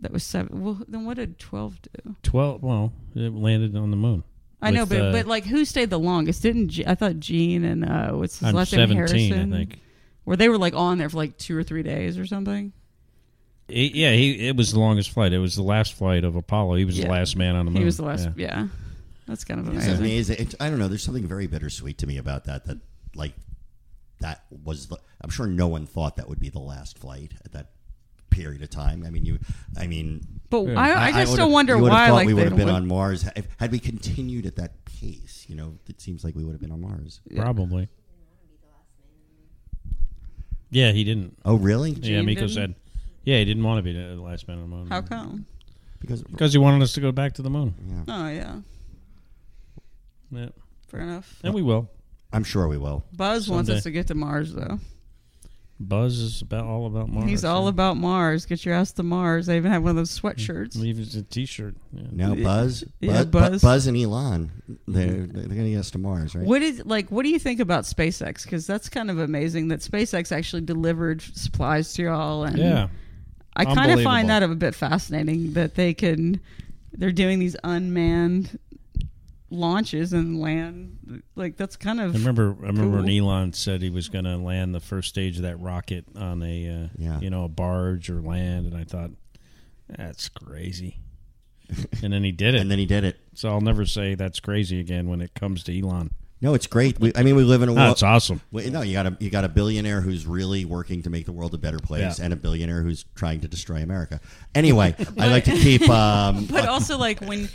[SPEAKER 3] That was seven. Well, then what did 12 do?
[SPEAKER 4] Twelve. Well, it landed on the moon.
[SPEAKER 3] I know,
[SPEAKER 4] With,
[SPEAKER 3] but
[SPEAKER 4] uh,
[SPEAKER 3] but like who stayed the longest? Didn't G- I thought Gene and uh, what's his
[SPEAKER 4] on
[SPEAKER 3] last name?
[SPEAKER 4] seventeen,
[SPEAKER 3] Harrison?
[SPEAKER 4] I think.
[SPEAKER 3] Where they were like on there for like two or three days or something.
[SPEAKER 4] It- yeah, he it was the longest flight. It was the last flight of Apollo. He was the
[SPEAKER 3] Yeah.
[SPEAKER 4] last man on the moon.
[SPEAKER 3] He was
[SPEAKER 2] Mm,
[SPEAKER 3] the last.
[SPEAKER 4] Yeah.
[SPEAKER 3] Yeah. That's kind of
[SPEAKER 2] It's
[SPEAKER 3] amazing.
[SPEAKER 2] amazing. It- I don't know. There's something very bittersweet to me about that. That like that was. The, I'm sure no one thought that would be the last flight at that period of time. I mean, you. I mean,
[SPEAKER 3] But I, I just
[SPEAKER 2] would've-
[SPEAKER 3] still wonder
[SPEAKER 2] you would've
[SPEAKER 3] why
[SPEAKER 2] thought
[SPEAKER 3] like
[SPEAKER 2] we
[SPEAKER 3] they
[SPEAKER 2] would have been
[SPEAKER 3] would-
[SPEAKER 2] on Mars If- had we continued at that pace. You know, it seems like we would have been on Mars.
[SPEAKER 4] Probably. Yeah, he didn't.
[SPEAKER 2] Oh, really?
[SPEAKER 4] yeah,
[SPEAKER 3] Gene
[SPEAKER 4] Miko
[SPEAKER 3] didn't?
[SPEAKER 4] said. Yeah, he didn't want to be the last man on the moon.
[SPEAKER 3] How come?
[SPEAKER 2] Because
[SPEAKER 4] Because he wanted us to go back to the moon.
[SPEAKER 3] Oh yeah,
[SPEAKER 4] Yeah,
[SPEAKER 3] fair enough.
[SPEAKER 4] and we will.
[SPEAKER 2] I'm sure we will.
[SPEAKER 3] Buzz wants
[SPEAKER 4] Someday.
[SPEAKER 3] us to get to Mars though.
[SPEAKER 4] Buzz is about all about Mars.
[SPEAKER 3] He's all about Mars. Get your ass to Mars. I even have one of those sweatshirts.
[SPEAKER 2] Mm,
[SPEAKER 4] Leave a T-shirt. Yeah.
[SPEAKER 2] Now Buzz,
[SPEAKER 3] Yeah,
[SPEAKER 2] Bu- Bu-
[SPEAKER 3] Buzz.
[SPEAKER 2] Buzz and Elon, they're they're going to get us to Mars, right?
[SPEAKER 3] What is like? What do you think about SpaceX? Because that's kind of amazing that SpaceX actually delivered supplies to y'all. And
[SPEAKER 4] Yeah.
[SPEAKER 3] I kind of
[SPEAKER 4] Unbelievable.
[SPEAKER 3] find that a bit fascinating that they can. They're doing these unmanned launches and land. Like that's kind of
[SPEAKER 4] I remember. I remember when
[SPEAKER 3] Cool.
[SPEAKER 4] Elon said he was going to land the first stage of that rocket on a, uh,
[SPEAKER 2] Yeah.
[SPEAKER 4] you know, a barge or land, and I thought
[SPEAKER 2] (laughs)
[SPEAKER 4] that's crazy. and then he did it.
[SPEAKER 2] And then he did it.
[SPEAKER 4] so I'll never say that's crazy again when it comes to Elon.
[SPEAKER 2] No, it's great. We, I mean, we live in a
[SPEAKER 4] Oh,
[SPEAKER 2] world.
[SPEAKER 4] it's awesome.
[SPEAKER 2] Wait, no, you got a you got a billionaire who's really working to make the world a better place,
[SPEAKER 4] Yeah.
[SPEAKER 2] and a billionaire who's trying to destroy America.
[SPEAKER 3] (laughs)
[SPEAKER 2] Anyway, I like to keep. Um,
[SPEAKER 3] but also like
[SPEAKER 4] (laughs)
[SPEAKER 3] when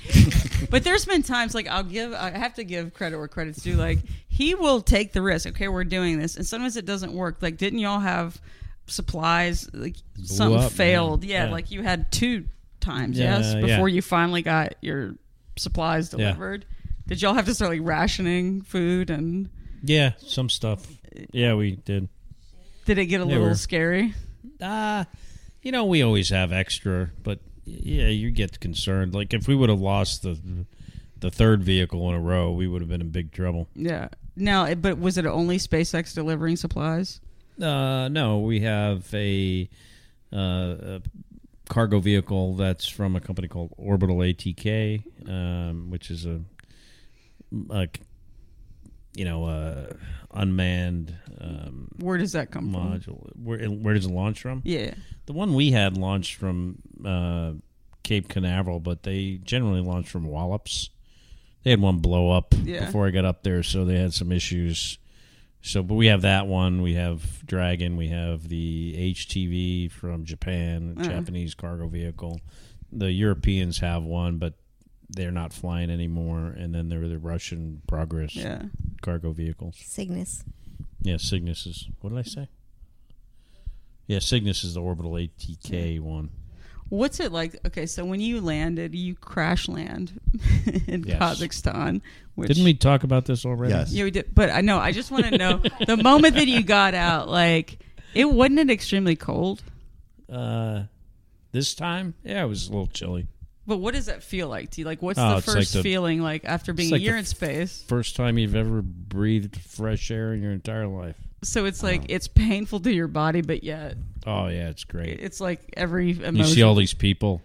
[SPEAKER 3] but there's been times like i'll give i have to give credit where credit's due like he will take the risk okay we're doing this and sometimes it doesn't work like didn't y'all have supplies like something
[SPEAKER 4] up,
[SPEAKER 3] failed
[SPEAKER 4] man.
[SPEAKER 3] yeah,
[SPEAKER 4] Yeah.
[SPEAKER 3] like you had two times
[SPEAKER 4] Yeah,
[SPEAKER 3] yes
[SPEAKER 4] yeah.
[SPEAKER 3] before you finally got your supplies delivered did y'all have to start like rationing food and
[SPEAKER 4] Yeah, some stuff. Yeah, we did.
[SPEAKER 3] did it get a little
[SPEAKER 4] we're-
[SPEAKER 3] scary
[SPEAKER 4] Uh, you know, we always have extra, but yeah, you get concerned. Like if we would have lost the the third vehicle in a row, we would have been in big trouble.
[SPEAKER 3] yeah now it- but was it only spacex delivering supplies
[SPEAKER 4] Uh, no, we have a, uh, a cargo vehicle that's from a company called Orbital ATK, um, which is a, a you know, uh unmanned um,
[SPEAKER 3] where does that come from
[SPEAKER 4] module. Where where does it launch from?
[SPEAKER 3] yeah
[SPEAKER 4] The one we had launched from uh, Cape Canaveral, but they generally launched from Wallops. They had one blow up
[SPEAKER 3] Yeah.
[SPEAKER 4] before I got up there, so they had some issues. So, but we have that one. We have Dragon. We have the HTV from Japan,
[SPEAKER 3] Uh-huh.
[SPEAKER 4] Japanese cargo vehicle. The Europeans have one, but they're not flying anymore. And then there were the Russian Progress
[SPEAKER 3] yeah
[SPEAKER 4] cargo vehicles.
[SPEAKER 5] Cygnus.
[SPEAKER 4] Yeah, Cygnus is. What did I say? Yeah, Cygnus is the orbital ATK one.
[SPEAKER 3] What's it like? Okay, so when you landed, you crash land (laughs) in
[SPEAKER 4] Yes.
[SPEAKER 3] Kazakhstan. Which,
[SPEAKER 4] Didn't we talk about this already?
[SPEAKER 2] yes,
[SPEAKER 3] Yeah, we did. But I know. I just want to know the moment that you got out. Like, it wasn't it extremely cold.
[SPEAKER 4] Uh, this time, yeah, it was a little chilly.
[SPEAKER 3] But what does that feel like to you? Like, what's
[SPEAKER 4] Oh,
[SPEAKER 3] the
[SPEAKER 4] it's like
[SPEAKER 3] first
[SPEAKER 4] the-
[SPEAKER 3] feeling like after being
[SPEAKER 4] like
[SPEAKER 3] a
[SPEAKER 4] the
[SPEAKER 3] year in
[SPEAKER 4] f-
[SPEAKER 3] space?
[SPEAKER 4] First time you've ever breathed fresh air in your entire life.
[SPEAKER 3] So it's like it's painful to your body, but yet
[SPEAKER 4] Oh yeah, it's great.
[SPEAKER 3] it's like every emotion.
[SPEAKER 4] You see all these people.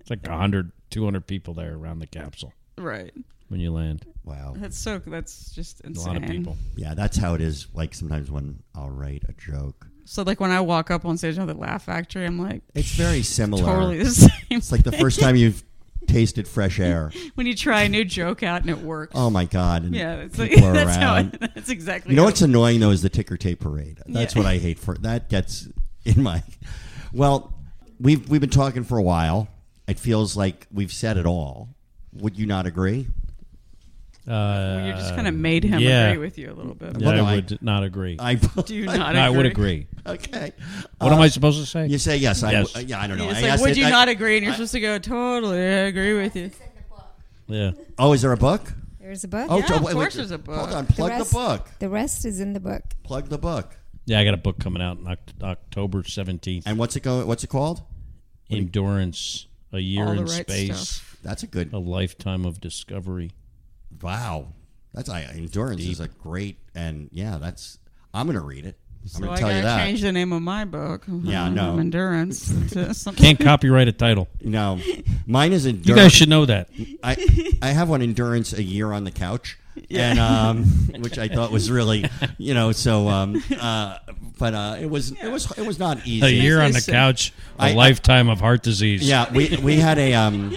[SPEAKER 4] It's like 100, 200 people there around the capsule
[SPEAKER 3] right.
[SPEAKER 4] when you land.
[SPEAKER 2] wow,
[SPEAKER 3] That's so. That's just
[SPEAKER 4] A
[SPEAKER 3] insane.
[SPEAKER 4] lot of people.
[SPEAKER 2] yeah, that's how it is. Like sometimes when I'll write a joke,
[SPEAKER 3] So like when I walk up on stage on the Laugh Factory, I'm like
[SPEAKER 2] it's
[SPEAKER 3] (laughs)
[SPEAKER 2] very similar. (laughs)
[SPEAKER 3] totally the same.
[SPEAKER 2] It's like the first time you've tasted fresh
[SPEAKER 3] (laughs)
[SPEAKER 2] air.
[SPEAKER 3] when you try a new joke out and it works.
[SPEAKER 2] Oh my god! And
[SPEAKER 3] yeah, it's like,
[SPEAKER 2] people are
[SPEAKER 3] (laughs) that's how.
[SPEAKER 2] around.
[SPEAKER 3] It, that's exactly.
[SPEAKER 2] You know
[SPEAKER 3] how-
[SPEAKER 2] what's annoying though is the ticker tape parade. That's
[SPEAKER 3] Yeah.
[SPEAKER 2] what I hate for that gets in my (laughs) Well, we've we've been talking for a while. It feels like we've said it all. Would you not agree?
[SPEAKER 4] Uh,
[SPEAKER 3] you just
[SPEAKER 2] Uh,
[SPEAKER 3] kind of made him
[SPEAKER 4] yeah.
[SPEAKER 3] agree with you a little bit.
[SPEAKER 4] yeah,
[SPEAKER 2] Well, no,
[SPEAKER 4] I
[SPEAKER 2] I-
[SPEAKER 4] would not agree.
[SPEAKER 2] I
[SPEAKER 3] Do
[SPEAKER 2] (laughs)
[SPEAKER 3] you not?
[SPEAKER 4] I would agree.
[SPEAKER 2] Okay.
[SPEAKER 4] What am I supposed to say?
[SPEAKER 2] You say yes. I
[SPEAKER 4] Yes.
[SPEAKER 2] yeah, I don't know.
[SPEAKER 3] It's
[SPEAKER 2] I
[SPEAKER 3] like,
[SPEAKER 2] asked
[SPEAKER 3] would
[SPEAKER 2] it-
[SPEAKER 3] you
[SPEAKER 2] I-
[SPEAKER 3] not agree? And you're supposed to go, totally I agree with you.
[SPEAKER 4] Yeah.
[SPEAKER 2] Oh, is there a book?
[SPEAKER 5] There's a book.
[SPEAKER 2] Oh,
[SPEAKER 3] Yeah,
[SPEAKER 2] so-
[SPEAKER 3] of course there's a book.
[SPEAKER 2] Hold on,
[SPEAKER 5] the
[SPEAKER 2] plug the,
[SPEAKER 5] rest,
[SPEAKER 2] book.
[SPEAKER 5] The rest is in the book.
[SPEAKER 2] Plug the book.
[SPEAKER 4] Yeah, I got a book coming out in Oct- October 17th.
[SPEAKER 2] And what's it going? What's it called?
[SPEAKER 4] Endurance, a year
[SPEAKER 3] All the
[SPEAKER 4] in
[SPEAKER 3] right
[SPEAKER 4] space,
[SPEAKER 3] stuff.
[SPEAKER 2] That's a good.
[SPEAKER 4] a lifetime of discovery.
[SPEAKER 2] Wow, that's I endurance is a great and yeah. That's I'm gonna read it. I'm
[SPEAKER 3] So
[SPEAKER 2] gonna
[SPEAKER 3] I
[SPEAKER 2] tell
[SPEAKER 3] gotta
[SPEAKER 2] you that.
[SPEAKER 3] change the name of my book. (laughs)
[SPEAKER 2] Yeah, I know.
[SPEAKER 3] Endurance. to something.
[SPEAKER 4] Can't copyright a title.
[SPEAKER 3] (laughs)
[SPEAKER 2] No, mine is
[SPEAKER 4] You guys
[SPEAKER 2] endurance.
[SPEAKER 4] should know that.
[SPEAKER 2] I I have one endurance a year on the
[SPEAKER 3] (laughs)
[SPEAKER 2] couch, and um, which I thought was really you know so um uh but uh it was it was it was not easy
[SPEAKER 4] A year on the couch, a
[SPEAKER 2] I-
[SPEAKER 4] lifetime of heart disease.
[SPEAKER 2] Yeah, we we had a um,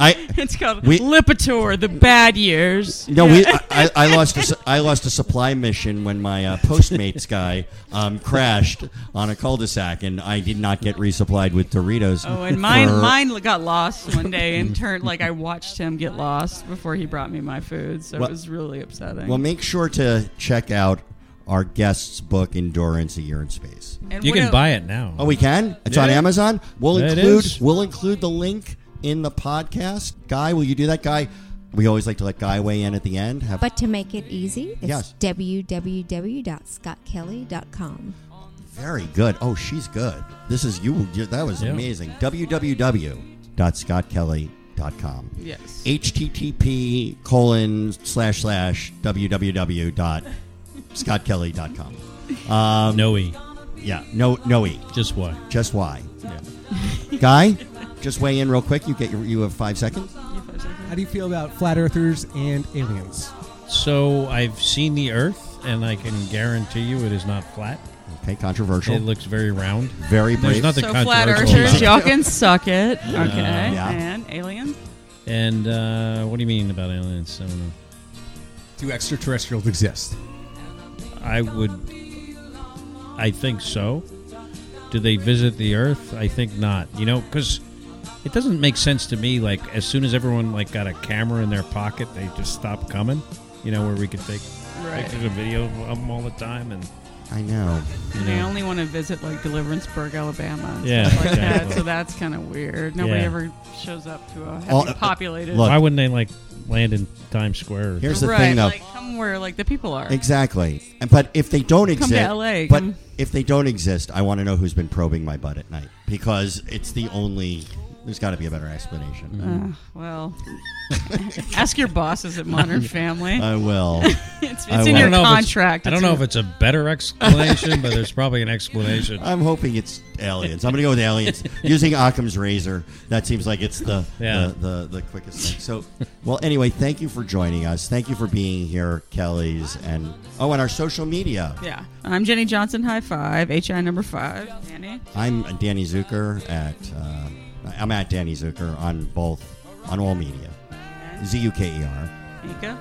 [SPEAKER 2] I
[SPEAKER 3] It's called
[SPEAKER 2] We-
[SPEAKER 3] Lipitor: The Bad Years.
[SPEAKER 2] No, we. I- I, I lost. A, su- I lost a supply mission when my uh, Postmates guy um, crashed on a cul-de-sac, and I did not get resupplied with Doritos.
[SPEAKER 3] Oh, and mine
[SPEAKER 2] for-
[SPEAKER 3] mine got lost one
[SPEAKER 2] (laughs)
[SPEAKER 3] day and turned like I watched him get lost before he brought me my food, so
[SPEAKER 2] Well-
[SPEAKER 3] it was really upsetting.
[SPEAKER 2] Well, make sure to check out our guest's book, Endurance: A Year in Space.
[SPEAKER 3] and
[SPEAKER 4] You
[SPEAKER 3] what
[SPEAKER 4] can
[SPEAKER 3] a-
[SPEAKER 4] buy it now.
[SPEAKER 2] Oh, we can. It's on
[SPEAKER 4] Yeah.
[SPEAKER 2] Amazon. We'll
[SPEAKER 4] It
[SPEAKER 2] include.
[SPEAKER 4] is.
[SPEAKER 2] We'll include the link in the podcast. Guy, will you do that, Guy? We always like to let Guy weigh in at the end. Have
[SPEAKER 5] But to make it easy, it's
[SPEAKER 2] Yes.
[SPEAKER 5] www.scottkelly.com.
[SPEAKER 2] Very good. Oh, she's good. This is you. That was
[SPEAKER 4] Yeah.
[SPEAKER 2] amazing. www.scottkelly.com.
[SPEAKER 3] Yes.
[SPEAKER 2] HTTP colon slash slash www.scottkelly.com.
[SPEAKER 4] no E.
[SPEAKER 2] Yeah, no, no E.
[SPEAKER 4] Just why?
[SPEAKER 2] Just why?
[SPEAKER 4] (laughs)
[SPEAKER 2] Guy, just weigh in real quick. You get your, you have five seconds.
[SPEAKER 7] How do you feel about flat earthers and aliens?
[SPEAKER 4] So I've seen the Earth, and I can guarantee you it is not flat.
[SPEAKER 2] Okay, controversial.
[SPEAKER 4] It looks very round.
[SPEAKER 2] Very
[SPEAKER 4] There's
[SPEAKER 2] brave.
[SPEAKER 4] nothing
[SPEAKER 3] So flat
[SPEAKER 4] controversial
[SPEAKER 3] earthers,
[SPEAKER 4] about
[SPEAKER 3] y'all
[SPEAKER 4] it.
[SPEAKER 3] can suck it. Okay.
[SPEAKER 2] Yeah.
[SPEAKER 3] And alien.
[SPEAKER 4] And uh, what do you mean about aliens? I don't know.
[SPEAKER 7] Do extraterrestrials exist?
[SPEAKER 4] I would. I think so. Do they visit the Earth? I think not. You know, because it doesn't make sense to me. Like as soon as everyone like got a camera in their pocket, they just stopped coming. You know, where we could take
[SPEAKER 3] Right.
[SPEAKER 4] pictures and video of them all the time, and
[SPEAKER 2] I know.
[SPEAKER 4] you
[SPEAKER 3] They
[SPEAKER 4] know,
[SPEAKER 3] only want to visit like Deliveranceburg, Alabama. And
[SPEAKER 4] Yeah,
[SPEAKER 3] Stuff like
[SPEAKER 4] exactly.
[SPEAKER 3] that. So that's kind of weird. Nobody
[SPEAKER 4] Yeah.
[SPEAKER 3] ever shows up to a
[SPEAKER 2] All- uh,
[SPEAKER 3] heavily populated.
[SPEAKER 2] look,
[SPEAKER 4] why wouldn't they like land in Times Square? or-
[SPEAKER 2] Here's the
[SPEAKER 3] right,
[SPEAKER 2] thing, though.
[SPEAKER 3] like come where like the people are.
[SPEAKER 2] Exactly. And- But if they don't
[SPEAKER 3] Come
[SPEAKER 2] exist,
[SPEAKER 3] to LA,
[SPEAKER 2] but
[SPEAKER 3] come-
[SPEAKER 2] if they don't exist, I want to know who's been probing my butt at night because it's the only. There's got to be a better explanation.
[SPEAKER 3] Uh, well, (laughs) ask your bosses
[SPEAKER 2] (laughs)
[SPEAKER 3] at Modern Family.
[SPEAKER 2] I
[SPEAKER 3] (laughs)
[SPEAKER 2] will.
[SPEAKER 3] it's
[SPEAKER 2] I
[SPEAKER 3] it's in
[SPEAKER 2] won't.
[SPEAKER 3] your
[SPEAKER 4] I don't know if it's-
[SPEAKER 3] contract.
[SPEAKER 4] I don't
[SPEAKER 3] It's
[SPEAKER 4] know
[SPEAKER 3] in-
[SPEAKER 4] if it's a better explanation, but there's probably an explanation.
[SPEAKER 2] I'm hoping it's aliens. I'm going to go with aliens using Occam's razor. That seems like it's the,
[SPEAKER 4] Yeah.
[SPEAKER 2] the, the the quickest thing. So, well, anyway, thank you for joining us. Thank you for being here, Kelly's, and oh, and our social media.
[SPEAKER 3] Yeah. I'm Jenny Johnson, high five, HI number five. Danny.
[SPEAKER 2] I'm Danny Zucker at uh, I'm at Danny Zucker on both on all media. Z U K E R.
[SPEAKER 3] Mika.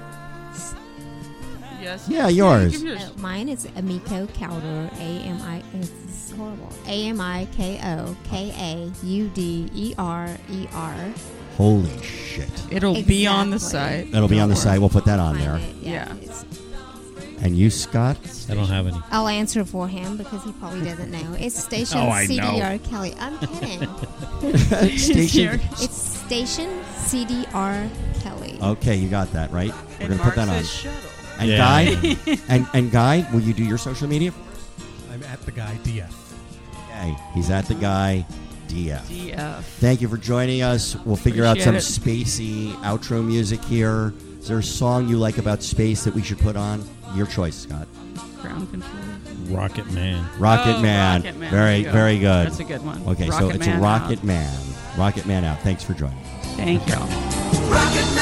[SPEAKER 3] Yes.
[SPEAKER 2] Yeah, yours.
[SPEAKER 3] give
[SPEAKER 5] Uh, mine is Amiko Kauder, A M I. It's horrible. A M I K O K A U D E R E R.
[SPEAKER 2] Holy shit.
[SPEAKER 3] It'll be on the
[SPEAKER 5] Exactly.
[SPEAKER 3] site.
[SPEAKER 2] It'll be on the site. We'll put that on
[SPEAKER 4] E
[SPEAKER 2] there.
[SPEAKER 5] Find it,
[SPEAKER 3] Yeah.
[SPEAKER 5] It's-
[SPEAKER 2] And you, Scott?
[SPEAKER 4] (laughs) I don't have any.
[SPEAKER 5] I'll answer for him because he probably
[SPEAKER 4] (laughs)
[SPEAKER 5] doesn't know. It's station
[SPEAKER 4] Oh, I
[SPEAKER 5] CDR Kelly. I'm
[SPEAKER 4] (laughs)
[SPEAKER 5] kidding.
[SPEAKER 2] Station.
[SPEAKER 5] it's station CDR Kelly.
[SPEAKER 2] Okay, you got that right. We're
[SPEAKER 3] And
[SPEAKER 2] gonna put that on.
[SPEAKER 3] Mark's says shuttle.
[SPEAKER 2] And
[SPEAKER 4] Yeah.
[SPEAKER 2] guy, and and guy, will you do your social media?
[SPEAKER 7] I'm at the guy DF.
[SPEAKER 2] Okay, he's at the guy, DF.
[SPEAKER 3] DF.
[SPEAKER 2] Thank you for joining us. We'll figure out some
[SPEAKER 3] Appreciate
[SPEAKER 2] spacey outro music here. Is there a song you like about space that we should put on? Your choice, Scott.
[SPEAKER 3] Ground control.
[SPEAKER 4] Rocket Man.
[SPEAKER 2] Rocket,
[SPEAKER 3] Oh,
[SPEAKER 2] Man.
[SPEAKER 3] Rocket Man. There
[SPEAKER 2] Very,
[SPEAKER 3] you go.
[SPEAKER 2] very good.
[SPEAKER 3] That's a good one.
[SPEAKER 2] Okay, so
[SPEAKER 3] Rocket
[SPEAKER 2] it's
[SPEAKER 3] Man
[SPEAKER 2] a Rocket
[SPEAKER 3] out.
[SPEAKER 2] Man. Rocket Man out. Thanks for joining.
[SPEAKER 3] Thank y'all.
[SPEAKER 1] Rocket